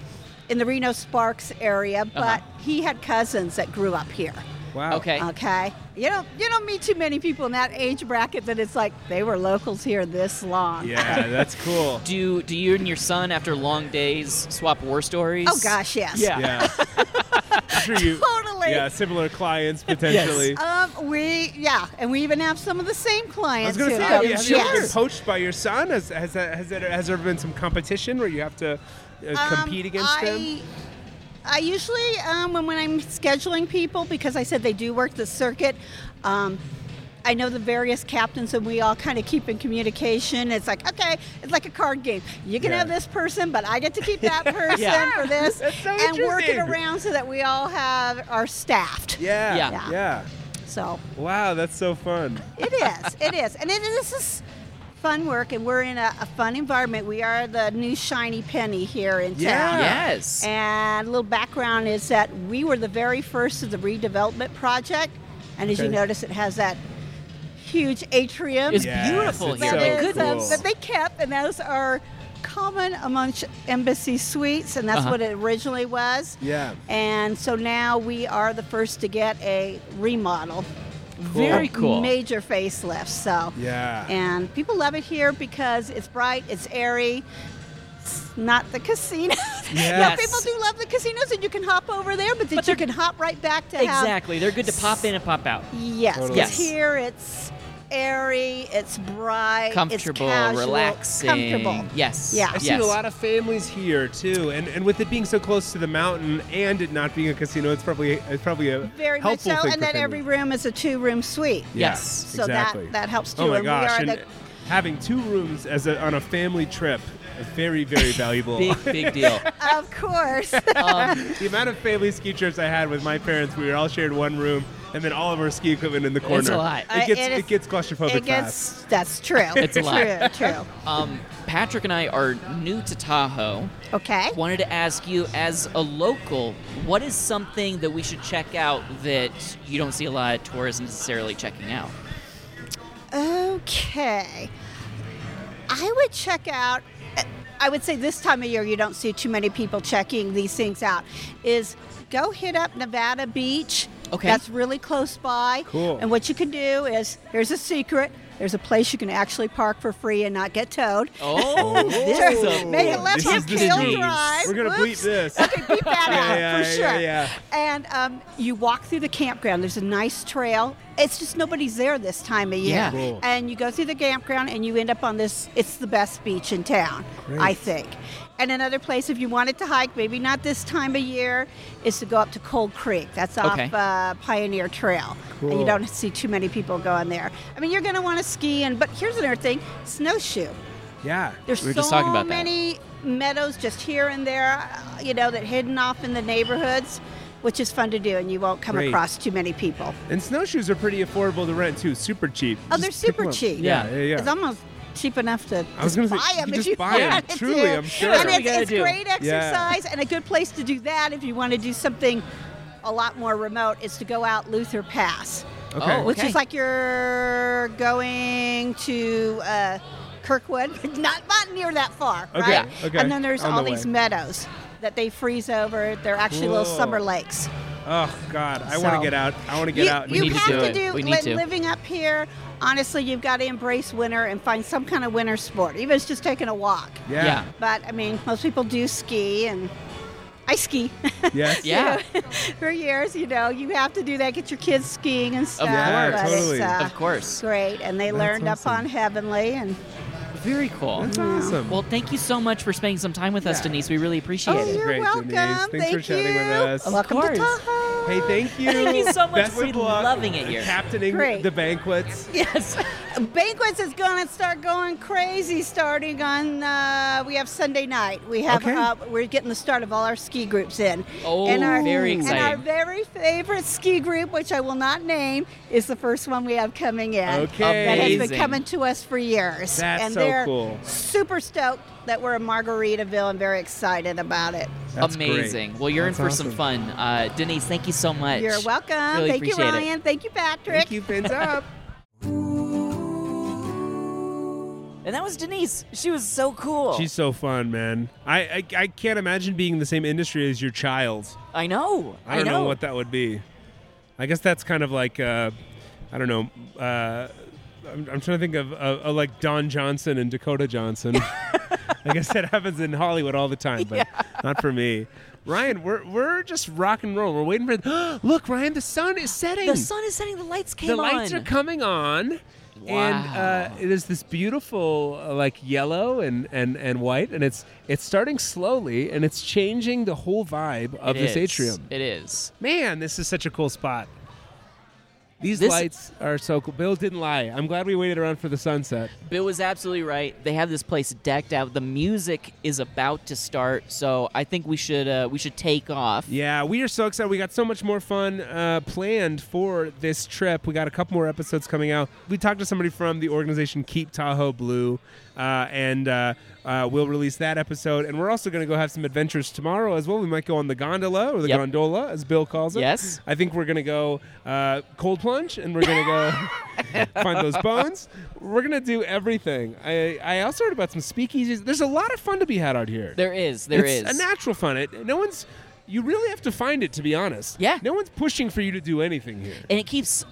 [SPEAKER 5] in the Reno Sparks area, but
[SPEAKER 1] Uh-huh.
[SPEAKER 5] he had cousins that grew up here.
[SPEAKER 2] wow.
[SPEAKER 1] Okay.
[SPEAKER 5] Okay. You don't you don't meet too many people in that age bracket that it's like they were locals here this long.
[SPEAKER 2] Yeah, that's cool.
[SPEAKER 1] Do do you and your son after long days swap war stories?
[SPEAKER 5] Oh gosh, yes.
[SPEAKER 1] Yeah.
[SPEAKER 2] Yeah. I'm sure you.
[SPEAKER 5] Totally.
[SPEAKER 2] Yeah, similar clients potentially.
[SPEAKER 5] Um, we yeah, and we even have some of the same
[SPEAKER 2] I was
[SPEAKER 5] clients.
[SPEAKER 2] going to
[SPEAKER 5] who
[SPEAKER 2] say, oh,
[SPEAKER 5] come-
[SPEAKER 2] have you, have you ever been
[SPEAKER 5] Yes.
[SPEAKER 2] poached by your son? Has, has, that, has, that, has there ever been some competition where you have to uh,
[SPEAKER 5] Um,
[SPEAKER 2] compete against
[SPEAKER 5] I,
[SPEAKER 2] them?
[SPEAKER 5] I usually, um, when, when I'm scheduling people, because I said they do work the circuit, um, I know the various captains and we all kind of keep in communication. It's like, okay, it's like a card game. You can
[SPEAKER 2] Yeah.
[SPEAKER 5] have this person, but I get to keep that person
[SPEAKER 1] Yeah.
[SPEAKER 5] for this.
[SPEAKER 2] That's so
[SPEAKER 5] and work it
[SPEAKER 2] interesting.
[SPEAKER 5] around so that we all have are staffed.
[SPEAKER 2] Yeah.
[SPEAKER 1] Yeah.
[SPEAKER 2] Yeah.
[SPEAKER 5] So
[SPEAKER 2] Wow, that's so fun.
[SPEAKER 5] it is. It is. And it, this is fun work, and we're in a, a fun environment. We are the new shiny penny here in
[SPEAKER 2] Yeah.
[SPEAKER 5] town.
[SPEAKER 1] Yes.
[SPEAKER 5] And a little background is that we were the very first of the redevelopment project. And as you
[SPEAKER 2] Okay.
[SPEAKER 5] notice, it has that huge atrium.
[SPEAKER 1] It's
[SPEAKER 2] Yes,
[SPEAKER 1] beautiful
[SPEAKER 2] it's
[SPEAKER 1] here.
[SPEAKER 5] that
[SPEAKER 1] My
[SPEAKER 2] so
[SPEAKER 5] is, um,
[SPEAKER 1] goodness.
[SPEAKER 2] cool.
[SPEAKER 5] that they kept, and those are common amongst embassy suites, and that's
[SPEAKER 1] Uh-huh.
[SPEAKER 5] what it originally was.
[SPEAKER 2] Yeah.
[SPEAKER 5] And so now we are the first to get a remodel.
[SPEAKER 1] Very
[SPEAKER 5] a
[SPEAKER 1] cool.
[SPEAKER 5] Major facelift. So
[SPEAKER 2] Yeah.
[SPEAKER 5] and people love it here because it's bright, it's airy. It's not the casino.
[SPEAKER 2] Yes.
[SPEAKER 5] people do love the casinos, and you can hop over there, but, then
[SPEAKER 1] But they're-
[SPEAKER 5] you can hop right back to have-
[SPEAKER 1] Exactly. They're good to pop in and pop out.
[SPEAKER 5] Yes, 'cause
[SPEAKER 2] Totally.
[SPEAKER 1] Yes.
[SPEAKER 5] here it's airy, it's bright,
[SPEAKER 1] Comfortable,
[SPEAKER 5] it's casual,
[SPEAKER 1] relaxing.
[SPEAKER 5] comfortable.
[SPEAKER 1] Yes.
[SPEAKER 5] Yeah.
[SPEAKER 2] I've
[SPEAKER 1] yes.
[SPEAKER 2] seen a lot of families here too, and, and with it being so close to the mountain and it not being a casino, it's probably it's probably a
[SPEAKER 5] Very much
[SPEAKER 2] helpful
[SPEAKER 5] so,
[SPEAKER 2] thing
[SPEAKER 5] and
[SPEAKER 2] for
[SPEAKER 5] then every
[SPEAKER 2] families.
[SPEAKER 5] room is a two-room suite.
[SPEAKER 2] Yeah,
[SPEAKER 1] Yes.
[SPEAKER 5] So
[SPEAKER 2] exactly.
[SPEAKER 5] that that helps too.
[SPEAKER 2] Oh my
[SPEAKER 5] and
[SPEAKER 2] gosh!
[SPEAKER 5] we
[SPEAKER 2] and
[SPEAKER 5] are the
[SPEAKER 2] having two rooms as a, on a family trip is very very valuable.
[SPEAKER 1] Big big deal.
[SPEAKER 5] Of course.
[SPEAKER 1] Um,
[SPEAKER 2] the amount of family ski trips I had with my parents, we were all shared one room, and then all of our ski equipment in the corner.
[SPEAKER 1] It's a lot.
[SPEAKER 5] Uh,
[SPEAKER 2] It gets
[SPEAKER 5] it
[SPEAKER 2] it,
[SPEAKER 5] is-
[SPEAKER 2] gets claustrophobic fast.
[SPEAKER 5] it gets that's true.
[SPEAKER 1] It's a lot.
[SPEAKER 5] True, true.
[SPEAKER 1] um, Patrick and I are new to Tahoe.
[SPEAKER 5] Okay.
[SPEAKER 1] Wanted to ask you, as a local, what is something that we should check out that you don't see a lot of tourists necessarily checking out?
[SPEAKER 5] Okay. I would check out. I would say this time of year you don't see too many people checking these things out. Is go hit up Nevada Beach.
[SPEAKER 1] Okay.
[SPEAKER 5] That's really close by.
[SPEAKER 2] Cool.
[SPEAKER 5] And what you can do is here's a secret There's a place you can actually park for free and not get towed.
[SPEAKER 1] Oh, this is a
[SPEAKER 5] Make
[SPEAKER 1] big
[SPEAKER 5] a left
[SPEAKER 2] This
[SPEAKER 5] on
[SPEAKER 2] is the
[SPEAKER 5] Kale
[SPEAKER 2] disease.
[SPEAKER 5] Drive.
[SPEAKER 2] We're gonna bleep
[SPEAKER 5] Whoops.
[SPEAKER 2] this.
[SPEAKER 5] Okay, beep that
[SPEAKER 2] Yeah,
[SPEAKER 5] out
[SPEAKER 2] yeah,
[SPEAKER 5] for
[SPEAKER 2] yeah,
[SPEAKER 5] sure.
[SPEAKER 2] yeah.
[SPEAKER 5] And um, you walk through the campground. There's a nice trail. It's just nobody's there this time of year.
[SPEAKER 1] Yeah.
[SPEAKER 2] Cool.
[SPEAKER 5] And you go through the campground and you end up on this. It's the best beach in town, I
[SPEAKER 2] Great.
[SPEAKER 5] think. And another place, if you wanted to hike, maybe not this time of year, is to go up to Cold Creek. That's
[SPEAKER 1] Okay.
[SPEAKER 5] off uh, Pioneer Trail. And
[SPEAKER 2] Cool.
[SPEAKER 5] you don't see too many people going there. I mean, you're going to want to ski, and but here's another thing: snowshoe.
[SPEAKER 2] Yeah.
[SPEAKER 5] There's
[SPEAKER 1] We were
[SPEAKER 5] so
[SPEAKER 1] just talking about that.
[SPEAKER 5] many meadows just here and there, uh, you know, that hidden off in the neighborhoods, which is fun to do, and you won't come
[SPEAKER 2] Great.
[SPEAKER 5] across too many people.
[SPEAKER 2] And snowshoes are pretty affordable to rent too. Super cheap.
[SPEAKER 5] Oh, they're
[SPEAKER 2] Just pick
[SPEAKER 5] super
[SPEAKER 2] 'em up.
[SPEAKER 5] cheap.
[SPEAKER 2] Yeah, yeah, yeah.
[SPEAKER 5] It's almost cheap enough to
[SPEAKER 2] I was
[SPEAKER 5] just
[SPEAKER 2] gonna say,
[SPEAKER 5] buy
[SPEAKER 2] you
[SPEAKER 5] them
[SPEAKER 2] could
[SPEAKER 5] if
[SPEAKER 2] just
[SPEAKER 5] you
[SPEAKER 2] buy 'em.
[SPEAKER 5] wanted to.
[SPEAKER 2] Truly, I'm sure.
[SPEAKER 5] And
[SPEAKER 1] That's what we
[SPEAKER 5] it's,
[SPEAKER 1] gotta
[SPEAKER 5] it's
[SPEAKER 1] do.
[SPEAKER 5] great
[SPEAKER 2] Yeah.
[SPEAKER 5] exercise and a good place to do that if you want to do something a lot more remote is to go out Luther Pass,
[SPEAKER 2] Okay.
[SPEAKER 1] Oh,
[SPEAKER 5] which
[SPEAKER 1] Okay.
[SPEAKER 5] is like you're going to uh, Kirkwood, not not near that far,
[SPEAKER 2] Okay,
[SPEAKER 5] right?
[SPEAKER 2] okay.
[SPEAKER 5] And then there's
[SPEAKER 2] On the
[SPEAKER 5] all these
[SPEAKER 2] way.
[SPEAKER 5] meadows that they freeze over. They're actually little
[SPEAKER 2] Cool.
[SPEAKER 5] summer lakes.
[SPEAKER 2] Oh God, I want to
[SPEAKER 5] So-
[SPEAKER 2] get out. I want to get
[SPEAKER 5] you,
[SPEAKER 2] out. and
[SPEAKER 5] you
[SPEAKER 1] We need to
[SPEAKER 5] have
[SPEAKER 1] do
[SPEAKER 5] to
[SPEAKER 1] it.
[SPEAKER 5] do,
[SPEAKER 1] We need
[SPEAKER 5] li-
[SPEAKER 1] to.
[SPEAKER 5] living up here. Honestly, you've got to embrace winter and find some kind of winter sport, even if it's just taking a walk.
[SPEAKER 2] Yeah.
[SPEAKER 5] But I mean, most people do ski, and I ski
[SPEAKER 2] Yes.
[SPEAKER 1] Yeah.
[SPEAKER 5] for years. You know, you have to do that. Get your kids skiing and stuff.
[SPEAKER 2] Yeah,
[SPEAKER 5] but
[SPEAKER 2] totally.
[SPEAKER 5] It's, uh,
[SPEAKER 1] Of course.
[SPEAKER 5] Great, and they
[SPEAKER 2] That's
[SPEAKER 5] learned
[SPEAKER 2] awesome.
[SPEAKER 5] up on Heavenly, and
[SPEAKER 1] Very cool.
[SPEAKER 2] That's awesome.
[SPEAKER 1] Well, thank you so much for spending some time with us,
[SPEAKER 2] Yeah.
[SPEAKER 1] Denise. We really appreciate
[SPEAKER 5] Oh,
[SPEAKER 1] it.
[SPEAKER 5] you're
[SPEAKER 2] Great,
[SPEAKER 5] welcome.
[SPEAKER 2] Denise. Thanks for
[SPEAKER 5] Thank
[SPEAKER 2] chatting with
[SPEAKER 5] you.
[SPEAKER 2] us. Of
[SPEAKER 5] Welcome to
[SPEAKER 1] course.
[SPEAKER 5] Tahoe.
[SPEAKER 2] Hey, thank you.
[SPEAKER 1] Thank you so much.
[SPEAKER 2] Best
[SPEAKER 1] We're
[SPEAKER 2] of luck.
[SPEAKER 1] loving it here.
[SPEAKER 2] Captaining
[SPEAKER 5] Great.
[SPEAKER 2] the banquets.
[SPEAKER 1] Yes.
[SPEAKER 5] Banquets is going to start going crazy starting on. Uh, we have Sunday night. We have.
[SPEAKER 2] Okay.
[SPEAKER 5] Uh, we're getting the start of all our ski groups in.
[SPEAKER 1] Oh,
[SPEAKER 5] and our,
[SPEAKER 1] very
[SPEAKER 5] And our
[SPEAKER 1] exciting.
[SPEAKER 5] very favorite ski group, which I will not name, is the first one we have coming in.
[SPEAKER 2] Okay.
[SPEAKER 5] That has
[SPEAKER 1] Amazing.
[SPEAKER 5] been coming to us for years.
[SPEAKER 2] That's
[SPEAKER 5] and
[SPEAKER 2] so
[SPEAKER 5] they're
[SPEAKER 2] cool.
[SPEAKER 5] Super stoked that we're in Margaritaville and very excited about it.
[SPEAKER 2] That's great.
[SPEAKER 1] Amazing. Well, you're
[SPEAKER 2] That's
[SPEAKER 1] in for some
[SPEAKER 2] awesome.
[SPEAKER 1] fun. Uh, Denise, thank you so much.
[SPEAKER 5] You're welcome.
[SPEAKER 1] Really
[SPEAKER 5] Thank you,
[SPEAKER 1] appreciate it.
[SPEAKER 5] Ryan. Thank you, Patrick.
[SPEAKER 2] Thank you. Fins up.
[SPEAKER 7] And that was Denise. She was so cool.
[SPEAKER 2] She's so fun, man. I, I I can't imagine being in the same industry as your child.
[SPEAKER 7] I know.
[SPEAKER 2] I don't know. what that would be. I guess that's kind of like uh, I don't know. Uh, I'm, I'm trying to think of uh, uh, like Don Johnson and Dakota Johnson. I guess that happens in Hollywood all the time, but not for me. Ryan, we're we're just rock and roll. We're waiting for look, Ryan. The sun is setting.
[SPEAKER 1] The sun is setting. The lights came
[SPEAKER 2] The lights
[SPEAKER 1] on.
[SPEAKER 2] are coming on.
[SPEAKER 1] Wow.
[SPEAKER 2] And uh, it is this beautiful, uh, like yellow and, and, and white, and it's it's starting slowly, and it's changing the whole vibe of
[SPEAKER 1] It
[SPEAKER 2] this
[SPEAKER 1] is.
[SPEAKER 2] atrium.
[SPEAKER 1] It is.
[SPEAKER 2] Man, this is such a cool spot. These
[SPEAKER 1] This-
[SPEAKER 2] lights are so cool. Bill didn't lie. I'm glad we waited around for the sunset.
[SPEAKER 1] Bill was absolutely right. They have this place decked out. The music is about to start, so I think we should uh, we should take off.
[SPEAKER 2] Yeah, we are so excited. We got so much more fun uh, planned for this trip. We got a couple more episodes coming out. We talked to somebody from the organization Keep Tahoe Blue, uh, and uh, uh, we'll release that episode. And we're also going to go have some adventures tomorrow as well. We might go on the gondola or the
[SPEAKER 1] Yep.
[SPEAKER 2] gondola, as Bill calls it.
[SPEAKER 1] Yes.
[SPEAKER 2] I think we're going to go uh, cold plunge, and we're going to go find those bones. We're going to do everything. I, I also heard about some speakeasies. There's a lot of fun to be had out here.
[SPEAKER 1] There is. There is.
[SPEAKER 2] It's a natural fun. It, no one's. You really have to find it, to be honest.
[SPEAKER 1] Yeah.
[SPEAKER 2] No one's pushing for you to do anything here.
[SPEAKER 1] and it keeps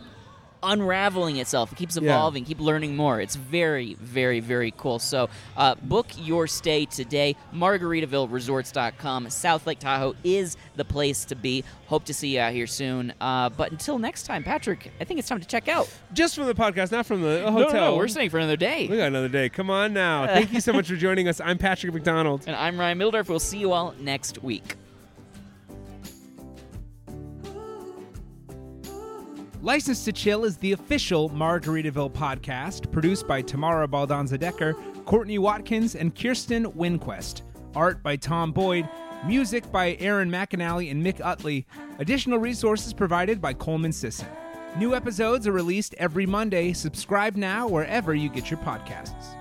[SPEAKER 1] unraveling itself. It keeps
[SPEAKER 2] Yeah.
[SPEAKER 1] evolving, keep learning more. It's very, very, very cool. So uh, book your stay today. MargaritavileResorts.com. South Lake Tahoe is the place to be. Hope to see you out here soon. Uh, but until next time, Patrick, I think it's time to check out.
[SPEAKER 2] Just from the podcast, not from the hotel.
[SPEAKER 1] we're staying for another day.
[SPEAKER 2] We got another day. Come on now. Thank you so much for joining us. I'm Patrick McDonald.
[SPEAKER 1] And I'm Ryan Mildorf. We'll see you all next week.
[SPEAKER 8] License to Chill is the official Margaritaville podcast, produced by Tamara Baldanza Decker, Courtney Watkins, and Kirsten Winquest. Art by Tom Boyd. Music by Aaron McAnally and Mick Utley. Additional resources provided by Coleman Sisson. New episodes are released every Monday. Subscribe now wherever you get your podcasts.